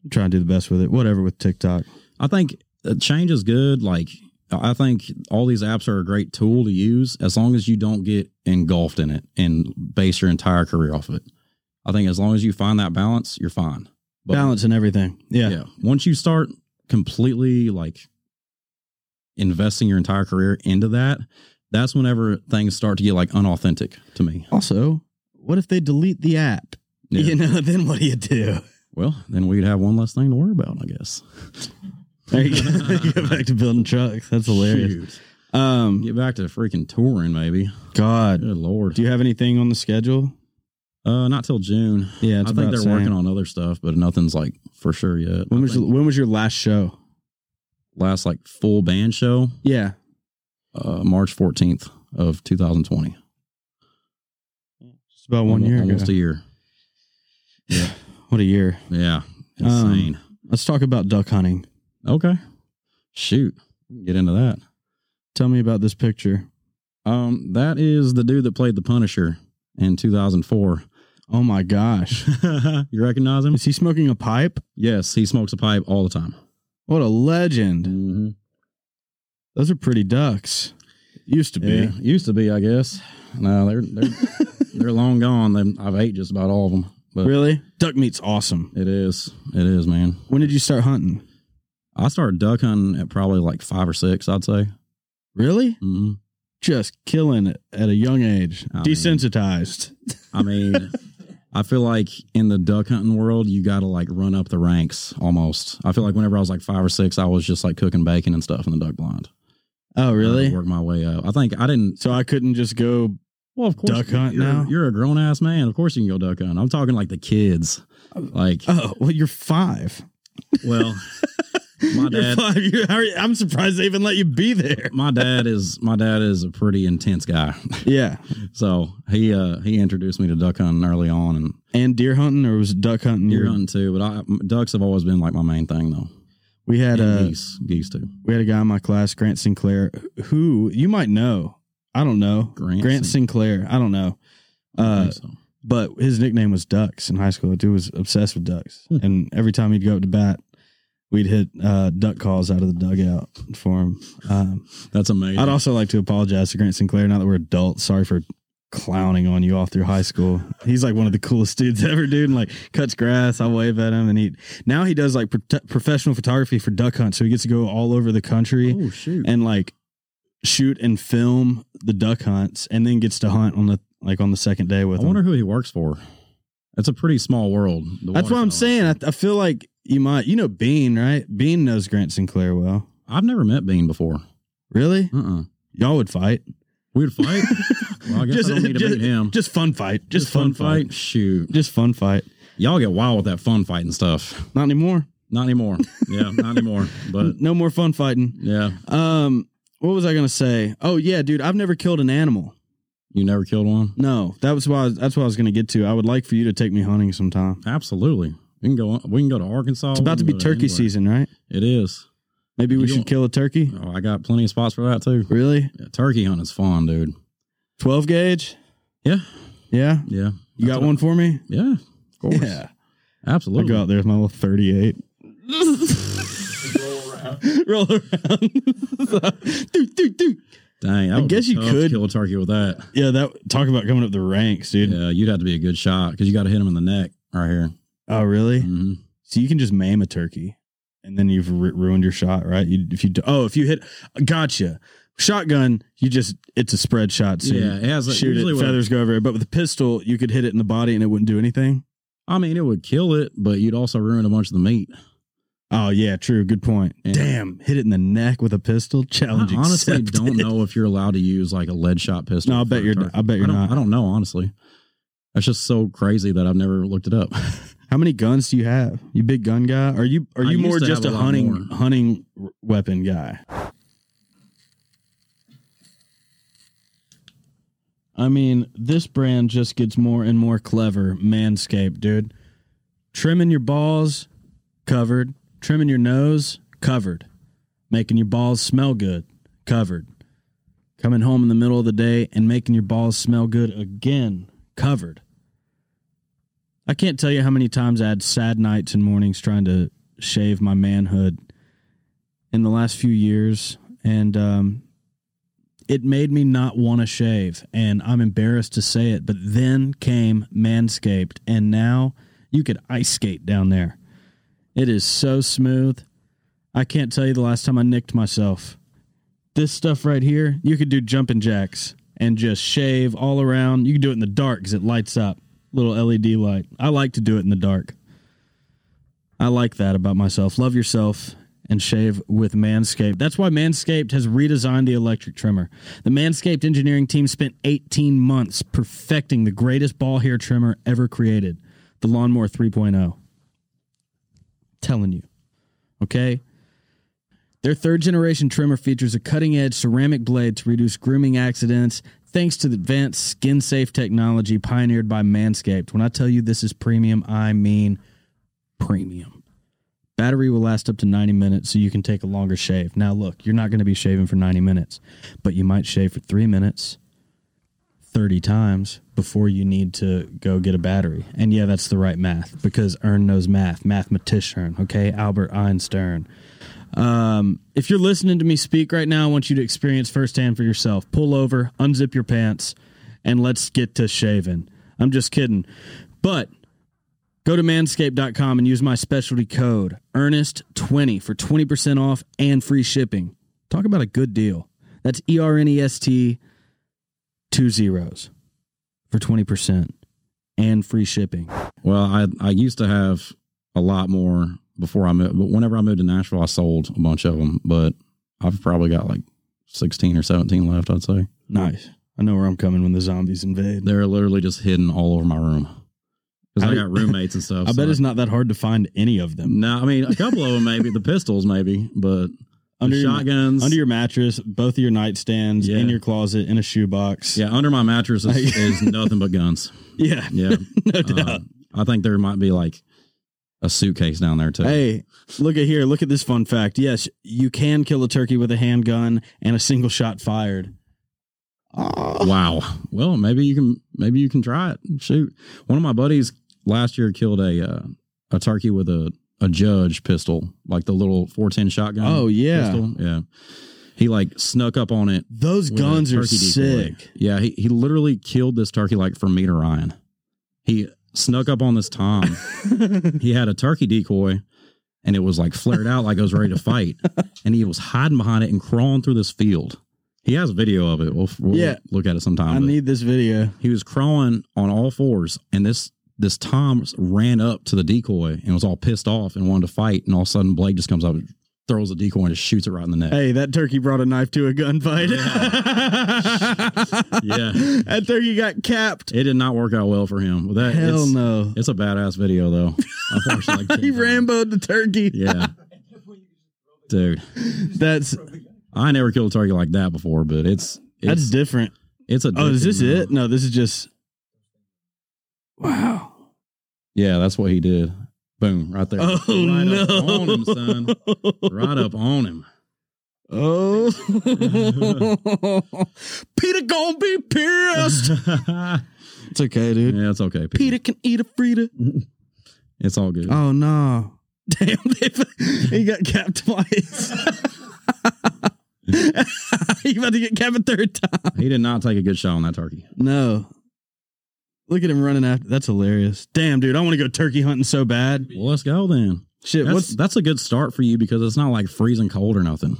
Speaker 1: I'm trying to do the best with it. Whatever with TikTok.
Speaker 3: I think uh, change is good. Like I think all these apps are a great tool to use as long as you don't get engulfed in it and base your entire career off of it. I think as long as you find that balance, you're fine. But-
Speaker 1: Balance and everything. Yeah.
Speaker 3: Yeah. Once you start completely like investing your entire career into that, that's whenever things start to get like unauthentic to me.
Speaker 1: Also, what if they delete the app?
Speaker 3: Yeah.
Speaker 1: You know, then what do you do?
Speaker 3: Well, then we'd have one less thing to worry about, I guess.
Speaker 1: There you go. Go back to building trucks. That's hilarious.
Speaker 3: Shoot.
Speaker 1: Um,
Speaker 3: Get back to freaking touring, maybe.
Speaker 1: God,
Speaker 3: Good lord.
Speaker 1: do you have anything on the schedule?
Speaker 3: Uh, not till June.
Speaker 1: Yeah,
Speaker 3: I think they're working on other stuff, but nothing's like for sure yet.
Speaker 1: When
Speaker 3: I
Speaker 1: was your,
Speaker 3: think
Speaker 1: when was your last show?
Speaker 3: last like full band show?
Speaker 1: Yeah,
Speaker 3: Uh, March fourteenth of two thousand twenty.
Speaker 1: just about Oh, one year
Speaker 3: almost
Speaker 1: ago.
Speaker 3: a year.
Speaker 1: What a year!
Speaker 3: Yeah,
Speaker 1: Um,
Speaker 3: insane.
Speaker 1: Let's talk about duck hunting.
Speaker 3: Okay. Shoot. We can Get into that.
Speaker 1: Tell me about this picture.
Speaker 3: Um, that is the dude that played the Punisher in 2004.
Speaker 1: Oh my gosh,
Speaker 3: you recognize him?
Speaker 1: is he smoking a pipe?
Speaker 3: Yes, he smokes a pipe all the time.
Speaker 1: What a legend!
Speaker 3: Mm-hmm.
Speaker 1: Those are pretty ducks. Used to be.
Speaker 3: Yeah, used to be, I guess. No, they're they're, they're long gone. They- I've ate just about all of them. But
Speaker 1: Really, duck meat's awesome.
Speaker 3: it is, it is, man.
Speaker 1: When did you start hunting?
Speaker 3: I started duck hunting at probably like five or six, I'd say.
Speaker 1: Really,
Speaker 3: hmm
Speaker 1: just killing it at a young age.
Speaker 3: I mean-
Speaker 1: Desensitized.
Speaker 3: I mean, I feel like in the duck hunting world, you got to like run up the ranks almost. I feel like whenever I was like five or six, I was just like cooking bacon and stuff in the duck blind.
Speaker 1: oh,
Speaker 3: I had to
Speaker 1: really?
Speaker 3: work my way up. I think I didn't.
Speaker 1: So I couldn't just go
Speaker 3: Well, of course,
Speaker 1: Duck hunt
Speaker 3: you're,
Speaker 1: now?
Speaker 3: You're a grown ass man. Of course, you can go duck hunt. I'm talking like the kids. Like,
Speaker 1: Oh well, you're five.
Speaker 3: well, my
Speaker 1: You're
Speaker 3: dad.
Speaker 1: five. You're, how are you- I'm surprised they even let you be there.
Speaker 3: My dad is my dad is a pretty intense guy,
Speaker 1: Yeah,
Speaker 3: so he uh he introduced me to duck hunting early on and
Speaker 1: and deer hunting or was it duck hunting?
Speaker 3: deer
Speaker 1: your-
Speaker 3: hunting too. But I, ducks have always been like my main thing though.
Speaker 1: We had
Speaker 3: And
Speaker 1: a
Speaker 3: geese, geese too.
Speaker 1: we had a guy in my class, Grant Sinclair, who you might know. I don't know
Speaker 3: Grant Sin-
Speaker 1: Sinclair. I don't know, uh,
Speaker 3: So,
Speaker 1: but his nickname was Ducks in high school. The dude was obsessed with ducks,
Speaker 3: Hmm.
Speaker 1: and every time he'd go up to bat, we'd hit uh, duck calls out of the dugout for him. Um,
Speaker 3: that's amazing.
Speaker 1: I'd also like to apologize to Grant Sinclair. Now that we're adults, sorry for clowning on you all through high school. He's like one of the coolest dudes ever, dude. And like cuts grass. I wave at him, and he now he does like pro- professional photography for duck hunts. So he gets to go all over the country
Speaker 3: oh shoot,
Speaker 1: and like shoot and film the duck hunts, and then gets to hunt on the like on the second day
Speaker 3: I
Speaker 1: with.
Speaker 3: wonder
Speaker 1: him.
Speaker 3: who he works for. It's a pretty small world. the
Speaker 1: That's what
Speaker 3: waterfowl.
Speaker 1: I'm saying. I, I feel like you might, you know, Bean, right? Bean knows Grant Sinclair well.
Speaker 3: I've never met Bean before.
Speaker 1: Really?
Speaker 3: Uh-uh.
Speaker 1: Y'all would fight.
Speaker 3: We'd fight. well, I guess I don't need to
Speaker 1: just,
Speaker 3: meet him.
Speaker 1: just fun fight. Just, fun, fight.
Speaker 3: Shoot,
Speaker 1: Just fun fight.
Speaker 3: y'all get wild with that fun fight and stuff.
Speaker 1: Not anymore.
Speaker 3: Not anymore. yeah, not anymore. But
Speaker 1: no more fun fighting.
Speaker 3: yeah,
Speaker 1: Um, what was I gonna say? Oh yeah, dude, I've never killed an animal.
Speaker 3: You never killed one?
Speaker 1: No, that was why. That's what I was gonna get to. I would like for you to take me hunting sometime.
Speaker 3: Absolutely. We can go. We can go to Arkansas.
Speaker 1: It's about to
Speaker 3: We
Speaker 1: be
Speaker 3: can go
Speaker 1: turkey
Speaker 3: anywhere.
Speaker 1: season, right?
Speaker 3: It is.
Speaker 1: Maybe we
Speaker 3: Oh, You
Speaker 1: should
Speaker 3: don't-
Speaker 1: kill a turkey.
Speaker 3: Oh, I got plenty of spots for that too.
Speaker 1: Really?
Speaker 3: Yeah, turkey hunting's fun, dude.
Speaker 1: Twelve gauge?
Speaker 3: Yeah,
Speaker 1: Yeah.
Speaker 3: yeah.
Speaker 1: You
Speaker 3: That's
Speaker 1: got
Speaker 3: what-
Speaker 1: one for me?
Speaker 3: Yeah, of course.
Speaker 1: Yeah. Oh, I'll
Speaker 3: absolutely.
Speaker 1: go out there with my little thirty-eight.
Speaker 4: Roll around.
Speaker 1: Roll around. do, do, do.
Speaker 3: Dang, that
Speaker 1: I
Speaker 3: would be
Speaker 1: guess you
Speaker 3: tough to
Speaker 1: could-
Speaker 3: kill a turkey with that.
Speaker 1: Yeah, that talk about coming up the ranks, dude.
Speaker 3: Yeah, you'd have to be a good shot because you got to hit him in the neck right here.
Speaker 1: Oh, really?
Speaker 3: hmm
Speaker 1: So you can just maim a turkey, and then you've ru- ruined your shot, right? You, if you do, oh, if you hit, gotcha. Shotgun, you just it's a spread shot, so
Speaker 3: yeah,
Speaker 1: yeah,
Speaker 3: it has a,
Speaker 1: shoot
Speaker 3: usually
Speaker 1: it,
Speaker 3: with-
Speaker 1: feathers go over. it. But with a pistol, you could hit it in the body and it wouldn't do anything.
Speaker 3: I mean, it would kill it, but you'd also ruin a bunch of the meat.
Speaker 1: Oh yeah, true. Good point.
Speaker 3: Yeah.
Speaker 1: Damn, hit it in the neck with a pistol.
Speaker 3: I
Speaker 1: Challenge
Speaker 3: honestly
Speaker 1: accepted.
Speaker 3: don't know if you're allowed to use like a lead shot pistol.
Speaker 1: No, I
Speaker 3: for
Speaker 1: bet
Speaker 3: a
Speaker 1: you're.
Speaker 3: turkey.
Speaker 1: I bet
Speaker 3: I
Speaker 1: you're
Speaker 3: don't,
Speaker 1: not.
Speaker 3: I don't know, honestly. That's just so crazy that I've never looked it up.
Speaker 1: How many guns do you have? You big gun guy? Are you are
Speaker 3: I
Speaker 1: you
Speaker 3: used
Speaker 1: more
Speaker 3: to
Speaker 1: just a
Speaker 3: have a lot
Speaker 1: hunting
Speaker 3: more.
Speaker 1: hunting r- weapon guy? I mean, this brand just gets more and more clever. Manscaped, dude. Trimming your balls, covered. Trimming your nose, covered. Making your balls smell good, covered. Coming home in the middle of the day and making your balls smell good again, covered. I can't tell you how many times I had sad nights and mornings trying to shave my manhood in the last few years, and um, it made me not want to shave. And I'm embarrassed to say it, but then came Manscaped, and now you could ice skate down there. It is so smooth. I can't tell you the last time I nicked myself. This stuff right here, you could do jumping jacks and just shave all around. You can do it in the dark because it lights up, little LED light. I like to do it in the dark. I like that about myself. Love yourself and shave with Manscaped. That's why Manscaped has redesigned the electric trimmer. The Manscaped engineering team spent 18 months perfecting the greatest ball hair trimmer ever created, the Lawnmower 3.0. Telling you. Okay? Their third generation trimmer features a cutting edge ceramic blade to reduce grooming accidents thanks to the advanced skin safe technology pioneered by Manscaped. When I tell you this is premium, I mean premium. Battery will last up to 90 minutes, so you can take a longer shave. Now, look, you're not going to be shaving for 90 minutes, but you might shave for three minutes, 30 times before you need to go get a battery. And yeah, that's the right math because Ern knows math, mathematician, okay? Albert Einstein. Um, if you're listening to me speak right now, I want you to experience firsthand for yourself. Pull over, unzip your pants, and let's get to shaving. I'm just kidding. But go to manscaped.com and use my specialty code, Ernest20, for 20% off and free shipping. Talk about a good deal. That's E R N E S T two zeros for 20% and free shipping.
Speaker 3: well, I I used to have a lot more before I moved, but whenever I moved to Nashville, I sold a bunch of them. But I've probably got like sixteen or seventeen left. I'd say
Speaker 1: Nice. I know where I'm coming when the zombies invade.
Speaker 3: they're literally just hidden all over my room because
Speaker 1: I-
Speaker 3: I got roommates and stuff.
Speaker 1: I
Speaker 3: so
Speaker 1: bet it's not that hard to find any of them.
Speaker 3: No, I mean a couple of them maybe the pistols maybe, but
Speaker 1: Under
Speaker 3: the
Speaker 1: your ma-
Speaker 3: shotguns
Speaker 1: under your mattress, both of your nightstands,
Speaker 3: Yeah.
Speaker 1: in your closet, in a shoebox.
Speaker 3: yeah under my mattress is, is nothing but guns.
Speaker 1: yeah,
Speaker 3: Yeah,
Speaker 1: no
Speaker 3: Um,
Speaker 1: doubt.
Speaker 3: I think there might be like a suitcase down there too.
Speaker 1: Hey, look at here. Look at this fun fact. Yes, you can kill a turkey with a handgun and a single shot fired. Oh,
Speaker 3: Wow. Well, maybe you can maybe you can try it. Shoot, one of my buddies last year killed a uh, a turkey with a a judge pistol, like the little four ten shotgun.
Speaker 1: oh yeah,
Speaker 3: pistol. yeah. He like snuck up on it.
Speaker 1: those
Speaker 3: with a
Speaker 1: guns are
Speaker 3: turkey
Speaker 1: sick.
Speaker 3: decoy. Yeah, he he literally killed this turkey like from meter iron. He snuck up on this Tom. he had a turkey decoy and it was like flared out like it was ready to fight and he was hiding behind it and crawling through this field he has video of it we'll, we'll
Speaker 1: Yeah.
Speaker 3: look at it sometime
Speaker 1: I
Speaker 3: but
Speaker 1: need this video.
Speaker 3: he was crawling on all fours and this this tom ran up to the decoy and was all pissed off and wanted to fight and all of a sudden blake just comes up and throws the decoy and just shoots it right in the neck
Speaker 1: Hey, that turkey brought a knife to a gunfight.
Speaker 3: Yeah.
Speaker 1: that turkey got capped.
Speaker 3: it did not work out well for him Well, that
Speaker 1: Hell
Speaker 3: it's,
Speaker 1: no.
Speaker 3: it's a badass video though Unfortunately, I
Speaker 1: He
Speaker 3: can't-
Speaker 1: ramboed the turkey.
Speaker 3: yeah dude
Speaker 1: That's
Speaker 3: I never killed a turkey like that before, but it's
Speaker 1: That's
Speaker 3: it's
Speaker 1: different.
Speaker 3: it's a
Speaker 1: Oh, is this it? No, this is just. Wow.
Speaker 3: Yeah, that's what he did. Boom, right there.
Speaker 1: Oh
Speaker 3: right
Speaker 1: no!
Speaker 3: up on him, son. Right up on him.
Speaker 1: Oh, Peter gonna be pierced.
Speaker 3: yeah,
Speaker 1: It's okay, dude.
Speaker 3: it's okay, Pete.
Speaker 1: Peter can eat a Frida.
Speaker 3: It's all good.
Speaker 1: Oh no! Damn, they, he got capped twice. you about to get capped a third time?
Speaker 3: He did not take a good shot on that turkey.
Speaker 1: No. Look at him running after. That's hilarious. Damn, dude, I want to go turkey hunting so bad.
Speaker 3: Well, let's go then.
Speaker 1: Shit,
Speaker 3: That's,
Speaker 1: what's
Speaker 3: that's a good start for you because it's not like freezing cold or nothing.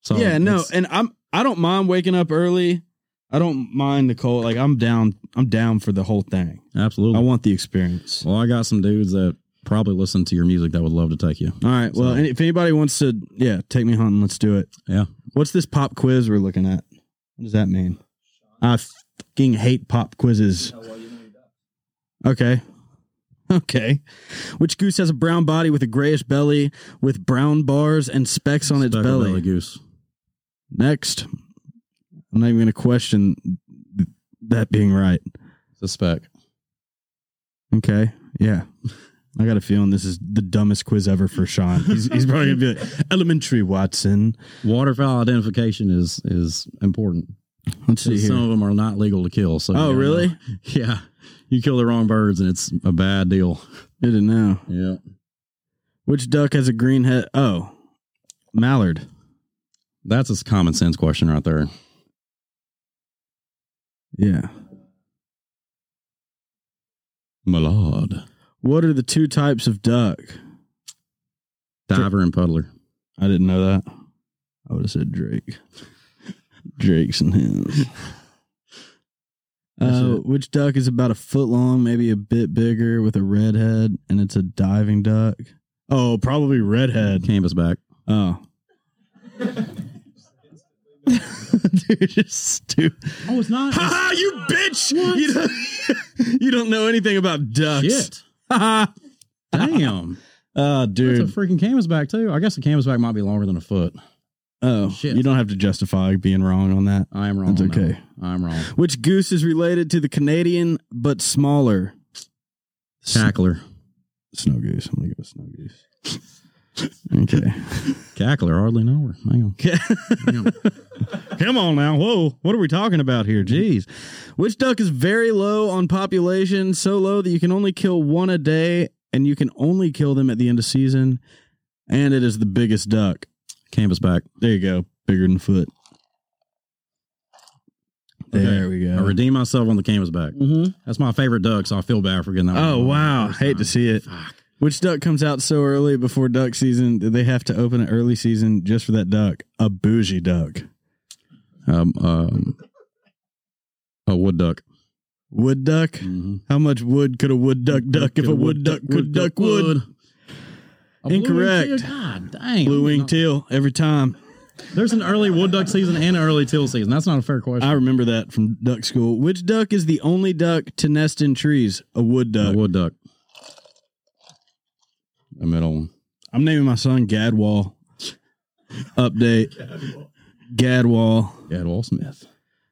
Speaker 3: So
Speaker 1: yeah, no,
Speaker 3: it's-
Speaker 1: and I'm I don't mind waking up early. I don't mind the cold. Like I'm down. I'm down for the whole thing.
Speaker 3: absolutely.
Speaker 1: I want the experience.
Speaker 3: well, I got some dudes that probably listen to your music that would love to take you.
Speaker 1: All right. Well,
Speaker 3: So-
Speaker 1: and if anybody wants to, yeah, take me hunting. Let's do it.
Speaker 3: Yeah.
Speaker 1: What's this pop quiz we're looking at? What does that mean? I fucking hate pop quizzes.
Speaker 4: Oh, well, you know you got.
Speaker 1: Okay. Okay. Which goose has a brown body with a grayish belly with brown bars and specks on its
Speaker 3: Speckled
Speaker 1: belly?
Speaker 3: goose.
Speaker 1: Next. I'm not even going to question th- that being right.
Speaker 3: It's a speck.
Speaker 1: Okay. Yeah. I got a feeling this is the dumbest quiz ever for Sean. He's, he's probably going to be like, elementary Watson.
Speaker 3: Waterfowl identification is is important.
Speaker 1: Let's see here.
Speaker 3: Some of them are not legal to kill. So
Speaker 1: oh,
Speaker 3: yeah,
Speaker 1: really? I
Speaker 3: Yeah. You kill the wrong birds and it's a bad deal.
Speaker 1: didn't know.
Speaker 3: Yeah.
Speaker 1: Which duck has a green head? Oh, mallard.
Speaker 3: That's a common sense question right there.
Speaker 1: Yeah.
Speaker 3: My lord.
Speaker 1: What are the two types of duck?
Speaker 3: Diver and puddler.
Speaker 1: I didn't know that. I would have said Drake. Drake's and hens.
Speaker 3: That's
Speaker 1: Uh,
Speaker 3: it.
Speaker 1: which duck is about a foot long, maybe a bit bigger, with a red head, and it's a diving duck? Oh, probably redhead.
Speaker 3: Canvas back.
Speaker 1: Oh. Dude, you're stupid.
Speaker 3: Oh, it's not.
Speaker 1: Ha ha, you bitch! You don't, you don't know anything about ducks.
Speaker 3: Shit.
Speaker 1: Ha
Speaker 3: Damn.
Speaker 1: Oh,
Speaker 3: That's a
Speaker 1: dude.
Speaker 3: freaking canvas back too. I guess a canvas back might be longer than a foot.
Speaker 1: oh,
Speaker 3: shit.
Speaker 1: you don't have to justify being wrong on that.
Speaker 3: I am wrong.
Speaker 1: That's
Speaker 3: on that
Speaker 1: okay.
Speaker 3: one. I'm wrong.
Speaker 1: Which goose is related to the Canadian but smaller? S-
Speaker 3: Cackler.
Speaker 1: snow goose. I'm gonna go with snow goose. okay.
Speaker 3: Cackler, hardly know her. Hang on. Damn.
Speaker 1: Come on now. Whoa. What are we talking about here? Jeez. Which duck is very low on population, so low that you can only kill one a day and you can only kill them at the end of season? And it is the biggest duck.
Speaker 3: Canvas back.
Speaker 1: There you go. Bigger than foot.
Speaker 3: Okay.
Speaker 1: There we
Speaker 3: I
Speaker 1: go.
Speaker 3: redeem myself on the canvas back. That's my favorite duck, so I feel bad for getting that.
Speaker 1: Mm-hmm. Oh
Speaker 3: one.
Speaker 1: wow. Hate to see it.
Speaker 3: Fuck.
Speaker 1: Which duck comes out so early before duck season that they have to open an early season just for that duck? A bougie duck.
Speaker 3: Um, um, a wood duck.
Speaker 1: Wood duck? How much wood could a wood duck duck if a Mm-hmm. wood duck could duck wood?
Speaker 3: A blue-winged
Speaker 1: Incorrect.
Speaker 3: teal- God dang.
Speaker 1: Blue wing teal every time.
Speaker 3: There's an early wood duck season and an early teal season. That's not a fair question.
Speaker 1: I remember that from duck school. Which duck is the only duck to nest in trees? A wood
Speaker 3: A
Speaker 1: duck.
Speaker 3: wood duck. The middle one.
Speaker 1: I'm naming my son Gadwall. Update. Gadwall.
Speaker 3: Gadwall Smith.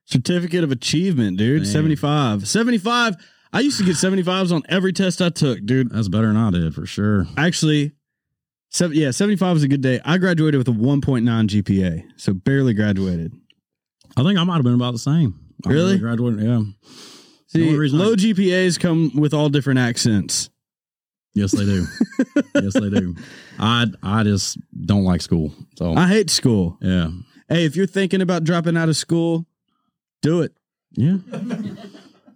Speaker 1: Certificate of achievement, dude.
Speaker 3: Man.
Speaker 1: 75. 75. I used to get 75s on every test I took, dude.
Speaker 3: That's better than I did for sure.
Speaker 1: Actually, seven, yeah, 75 was a good day. I graduated with a 1.9 GPA, so barely graduated.
Speaker 3: I think I might have been about the same. I
Speaker 1: Really?
Speaker 3: Graduated. Yeah.
Speaker 1: See,
Speaker 3: only reason I-
Speaker 1: low GPAs come with all different accents.
Speaker 3: Yes, they do. yes, they do. I I just don't like school. So
Speaker 1: I hate school.
Speaker 3: yeah.
Speaker 1: Hey, if you're thinking about dropping out of school, do it.
Speaker 3: Yeah.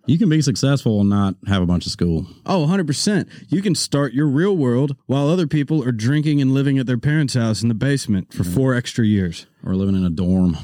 Speaker 3: You can be successful and not have a bunch of school.
Speaker 1: Oh, 100%. You can start your real world while other people are drinking and living at their parents' house in the basement for four extra years.
Speaker 3: Or living in a dorm.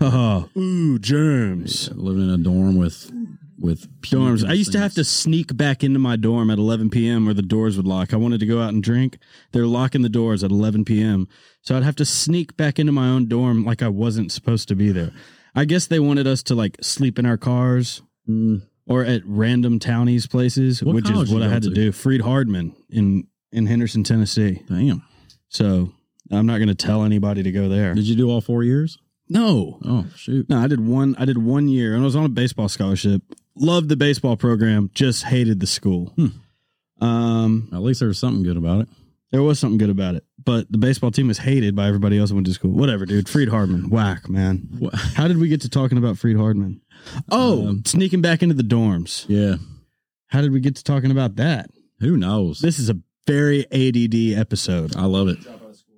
Speaker 1: Haha. Ooh, germs.
Speaker 3: Living in a dorm with with
Speaker 1: Dorms. I used to have to sneak back into my dorm at 11 p.m. or the doors would lock. I wanted to go out and drink. They're locking the doors at 11 p.m. So I'd have to sneak back into my own dorm like I wasn't supposed to be there. I guess they wanted us to like sleep in our cars
Speaker 3: Mm,
Speaker 1: or at random townies places,
Speaker 3: What
Speaker 1: which
Speaker 3: college
Speaker 1: is what
Speaker 3: you
Speaker 1: I
Speaker 3: go
Speaker 1: had to
Speaker 3: to?
Speaker 1: do. Freed Hardman in in Henderson, Tennessee.
Speaker 3: Damn.
Speaker 1: So I'm not going to tell anybody to go there.
Speaker 3: Did you do all four years?
Speaker 1: No,
Speaker 3: Oh shoot!
Speaker 1: no, I did one. I did one year, and I was on a baseball scholarship. Loved the baseball program, just hated the school.
Speaker 3: Hmm.
Speaker 1: Um,
Speaker 3: At least there was something good about it.
Speaker 1: There was something good about it, but the baseball team was hated by everybody else that went to school. Whatever, dude. Freed Hardman, whack, man.
Speaker 3: Wha-
Speaker 1: How did we get to talking about Freed Hardman? Oh,
Speaker 3: Um,
Speaker 1: sneaking back into the dorms.
Speaker 3: Yeah.
Speaker 1: How did we get to talking about that?
Speaker 3: Who knows?
Speaker 1: This is a very ADD episode.
Speaker 3: I love it.
Speaker 4: Drop out of school.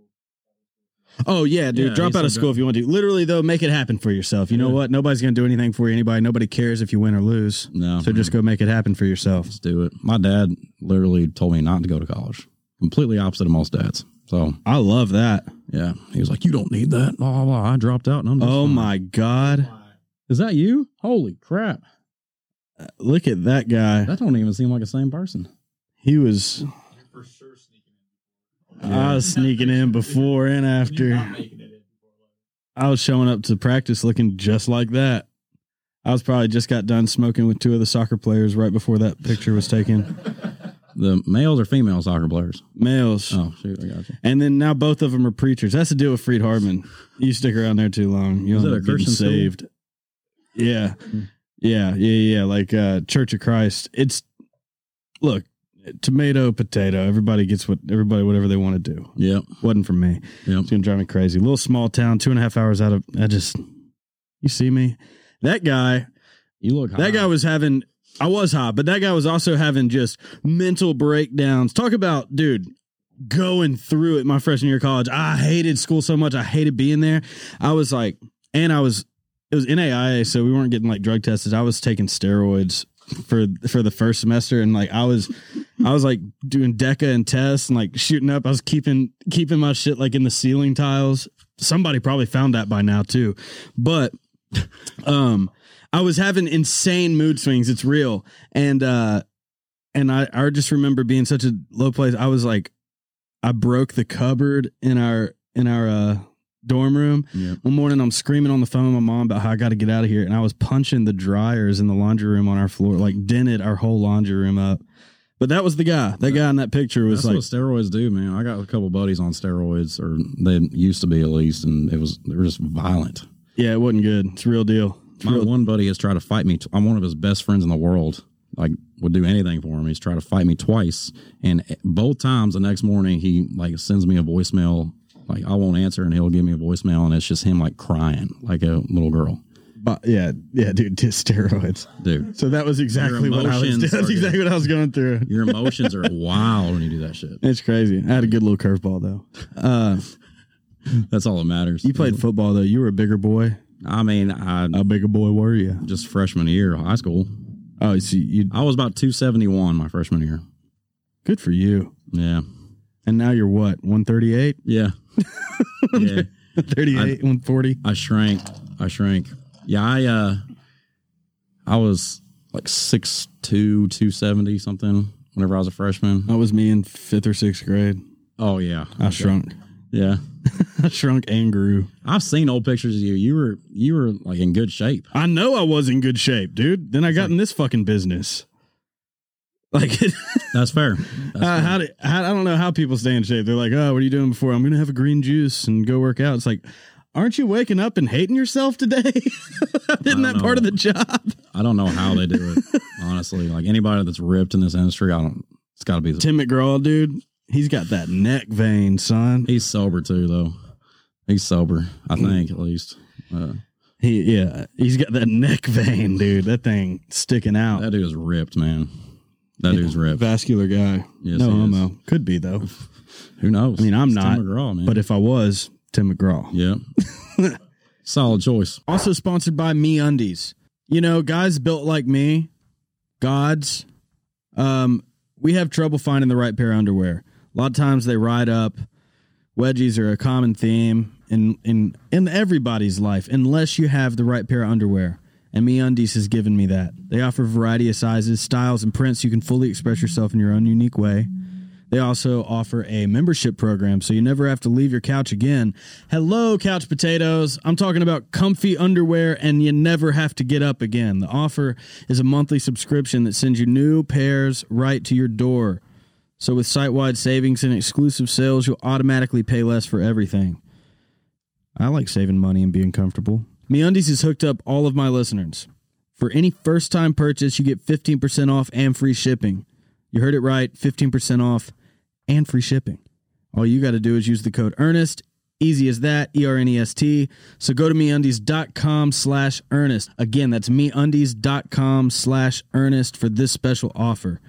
Speaker 1: Oh yeah, dude.
Speaker 3: Yeah,
Speaker 1: drop
Speaker 3: he's
Speaker 1: out of
Speaker 3: so
Speaker 1: school if you want to. Literally though, make it happen for yourself. You know
Speaker 3: Yeah.
Speaker 1: what? Nobody's gonna do anything for you. Anybody. Nobody cares if you win or lose.
Speaker 3: No,
Speaker 1: So just go make it happen for yourself.
Speaker 3: let's do it. My dad literally told me not to go to college. Completely opposite of most dads. So
Speaker 1: I love that.
Speaker 3: yeah, he was like, "You don't need that." Blah blah. blah. I dropped out, and I'm. Just
Speaker 1: Oh
Speaker 3: fine.
Speaker 1: my god.
Speaker 4: Why?
Speaker 3: Is that you? Holy crap!
Speaker 1: Look at that guy.
Speaker 3: That don't even seem like the same person.
Speaker 1: He was
Speaker 4: You're for sure sneaking in.
Speaker 1: I was sneaking in before and
Speaker 4: You're
Speaker 1: after.
Speaker 4: not making it in before.
Speaker 1: I was showing up to practice looking just like that. I was probably just got done smoking with two of the soccer players right before that picture was taken.
Speaker 3: The males or female soccer players?
Speaker 1: Males.
Speaker 3: Oh shoot, I got you.
Speaker 1: And then now both of them are preachers. That's the deal with Freed Hardman. You stick around there too long. You
Speaker 3: Is
Speaker 1: end
Speaker 3: that
Speaker 1: up
Speaker 3: a
Speaker 1: getting
Speaker 3: Christian school?
Speaker 1: saved. Yeah. Yeah. Yeah. Yeah. Like uh, Church of Christ. It's look, tomato, potato. Everybody gets what everybody whatever they want to do.
Speaker 3: Yep,
Speaker 1: Wasn't for me.
Speaker 3: yep.
Speaker 1: It's gonna drive me crazy. Little small town, two and a half hours out of. I just, you see me. That guy,
Speaker 3: You look.
Speaker 1: that guy was having. I was hot, but that guy was also having just mental breakdowns. Talk about, dude, going through it my freshman year of college. I hated school so much. I hated being there. I was like, and I was, it was NAIA, so we weren't getting like drug tested. I was taking steroids for for the first semester, and like I was, I was like doing deca and tests and like shooting up. I was keeping keeping my shit like in the ceiling tiles. Somebody probably found that by now too, but um, I was having insane mood swings. It's real, and uh, and I I just remember being such a low place. I was like, I broke the cupboard in our in our uh dorm room.
Speaker 3: Yep.
Speaker 1: One morning, I'm screaming on the phone with my mom about how I got to get out of here, and I was punching the dryers in the laundry room on our floor, like dented our whole laundry room up. But that was the guy. That guy in that picture was
Speaker 3: That's
Speaker 1: like,
Speaker 3: what steroids do, man. I got a couple buddies on steroids, or they used to be at least, and it was they were just violent.
Speaker 1: yeah, it wasn't good. It's a real deal. It's
Speaker 3: My
Speaker 1: real.
Speaker 3: one buddy has tried to fight me. T- I'm one of his best friends in the world. Like would do anything for him. He's tried to fight me twice, and both times the next morning he like sends me a voicemail. Like I won't answer, and he'll give me a voicemail, and it's just him like crying like a little girl,
Speaker 1: But yeah, yeah, dude, just steroids.
Speaker 3: dude.
Speaker 1: So that was exactly what I was.
Speaker 3: emotions
Speaker 1: That's
Speaker 3: are
Speaker 1: exactly what I was going through.
Speaker 3: Your emotions are wild when you do that shit.
Speaker 1: It's crazy. I had a good little curveball though. Uh,
Speaker 3: That's all that matters.
Speaker 1: you played football though. You were a bigger boy.
Speaker 3: I mean, I
Speaker 1: How big a boy were you?
Speaker 3: just freshman year of high school.
Speaker 1: Oh, so you
Speaker 3: I was about 271 my freshman year.
Speaker 1: good for you.
Speaker 3: Yeah.
Speaker 1: And now you're what? 138?
Speaker 3: Yeah. yeah.
Speaker 1: 38, 140.
Speaker 3: I shrank. I shrank. Yeah, I uh I was like 6'2", 270 something whenever I was a freshman.
Speaker 1: That was me in 5th or 6th grade.
Speaker 3: Oh yeah.
Speaker 1: I shrunk.
Speaker 3: Yeah.
Speaker 1: I shrunk and grew.
Speaker 3: I've seen old pictures of you. You were you were like in good shape.
Speaker 1: I know I was in good shape, dude. Then I got in this fucking business. Like it,
Speaker 3: That's fair. That's
Speaker 1: Uh,
Speaker 3: fair.
Speaker 1: how do how, I don't know how people stay in shape. They're like, oh, what are you doing before? I'm gonna have a green juice and go work out. It's like, aren't you waking up and hating yourself today? Isn't that
Speaker 3: know.
Speaker 1: part of the job?
Speaker 3: I don't know how they do it. honestly, like anybody that's ripped in this industry, I don't it's got to be the
Speaker 1: Tim McGraw, dude, he's got that neck vein, son.
Speaker 3: He's sober too though. He's sober, I think at least. Uh,
Speaker 1: He yeah, he's got that neck vein, dude. That thing sticking out.
Speaker 3: that dude is ripped, man. That dude's ripped.
Speaker 1: vascular guy.
Speaker 3: Yes,
Speaker 1: no
Speaker 3: he is.
Speaker 1: homo. Could be though.
Speaker 3: Who knows?
Speaker 1: I mean, I'm
Speaker 3: It's
Speaker 1: not,
Speaker 3: Tim McGraw, man.
Speaker 1: But if I was, Tim McGraw.
Speaker 3: yeah, solid choice.
Speaker 1: Also sponsored by Me Undies. You know, guys built like me, gods, um, we have trouble finding the right pair of underwear. A lot of times they ride up. Wedgies are a common theme in in in everybody's life, unless you have the right pair of underwear. And Me Undies has given me that. They offer a variety of sizes, styles, and prints. You can fully express yourself in your own unique way. They also offer a membership program so you never have to leave your couch again. Hello, couch potatoes. I'm talking about comfy underwear and you never have to get up again. The offer is a monthly subscription that sends you new pairs right to your door. So with site-wide savings and exclusive sales, you'll automatically pay less for everything. I like saving money and being comfortable. MeUndies has hooked up all of my listeners. For any first-time purchase, you get 15% off and free shipping. You heard it right, 15% off and free shipping. All you got to do is use the code EARNEST. Easy as that, E E-R-N-E-S-T. So go to MeUndies.com slash earnest. Again, that's MeUndies.com slash earnest for this special offer.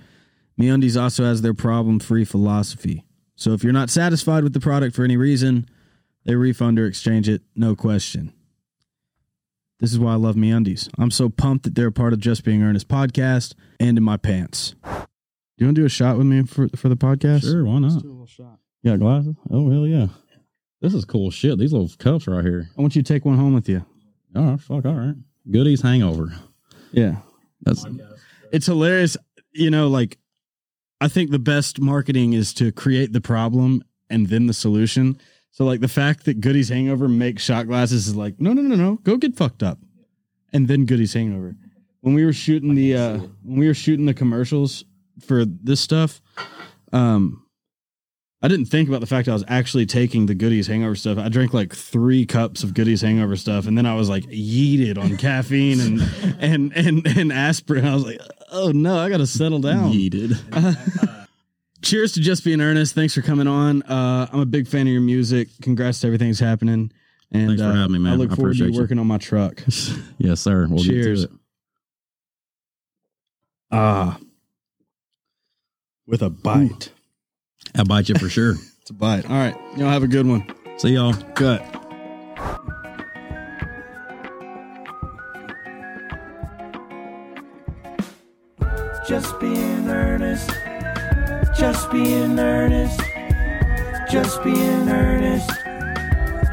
Speaker 1: MeUndies also has their problem-free philosophy. So if you're not satisfied with the product for any reason, they refund or exchange it, no question. This is why I love MeUndies. I'm so pumped that they're a part of Just Being Earnest podcast and in my pants. You want to do a shot with me for, for the podcast?
Speaker 3: Sure, why not? You got glasses? Oh, hell yeah. This is cool shit. These little cups right here.
Speaker 1: I want you to take one home with you.
Speaker 3: All right, fuck, all right. Goodies hangover.
Speaker 1: Yeah.
Speaker 3: That's
Speaker 1: It's hilarious. You know, like, I think the best marketing is to create the problem and then the solution. So, like, the fact that Goody's Hangover makes shot glasses is like, no, no, no, no, go get fucked up. And then Goody's Hangover. When we were shooting the, uh, when we were shooting the commercials for this stuff, um, I didn't think about the fact I was actually taking the Goodies hangover stuff. I drank like three cups of Goodies hangover stuff, and then I was like yeeted on caffeine and and and and aspirin. I was like, oh no, I got to settle down.
Speaker 3: yeeted.
Speaker 1: Cheers to just being earnest. Thanks for coming on. Uh, I'm a big fan of your music. Congrats to everything's happening. And
Speaker 3: Thanks for
Speaker 1: uh,
Speaker 3: having me, man.
Speaker 1: I look
Speaker 3: I
Speaker 1: forward to you
Speaker 3: appreciate you.
Speaker 1: working on my truck.
Speaker 3: yes, sir. We'll
Speaker 1: Cheers.
Speaker 3: get to it.
Speaker 1: Ah, with a bite.
Speaker 3: I'll bite you for sure.
Speaker 1: It's a bite. All right, y'all have a good one.
Speaker 3: See y'all.
Speaker 1: Cut.
Speaker 2: Just being earnest. Just being earnest. Just being earnest.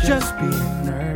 Speaker 2: Just being earnest.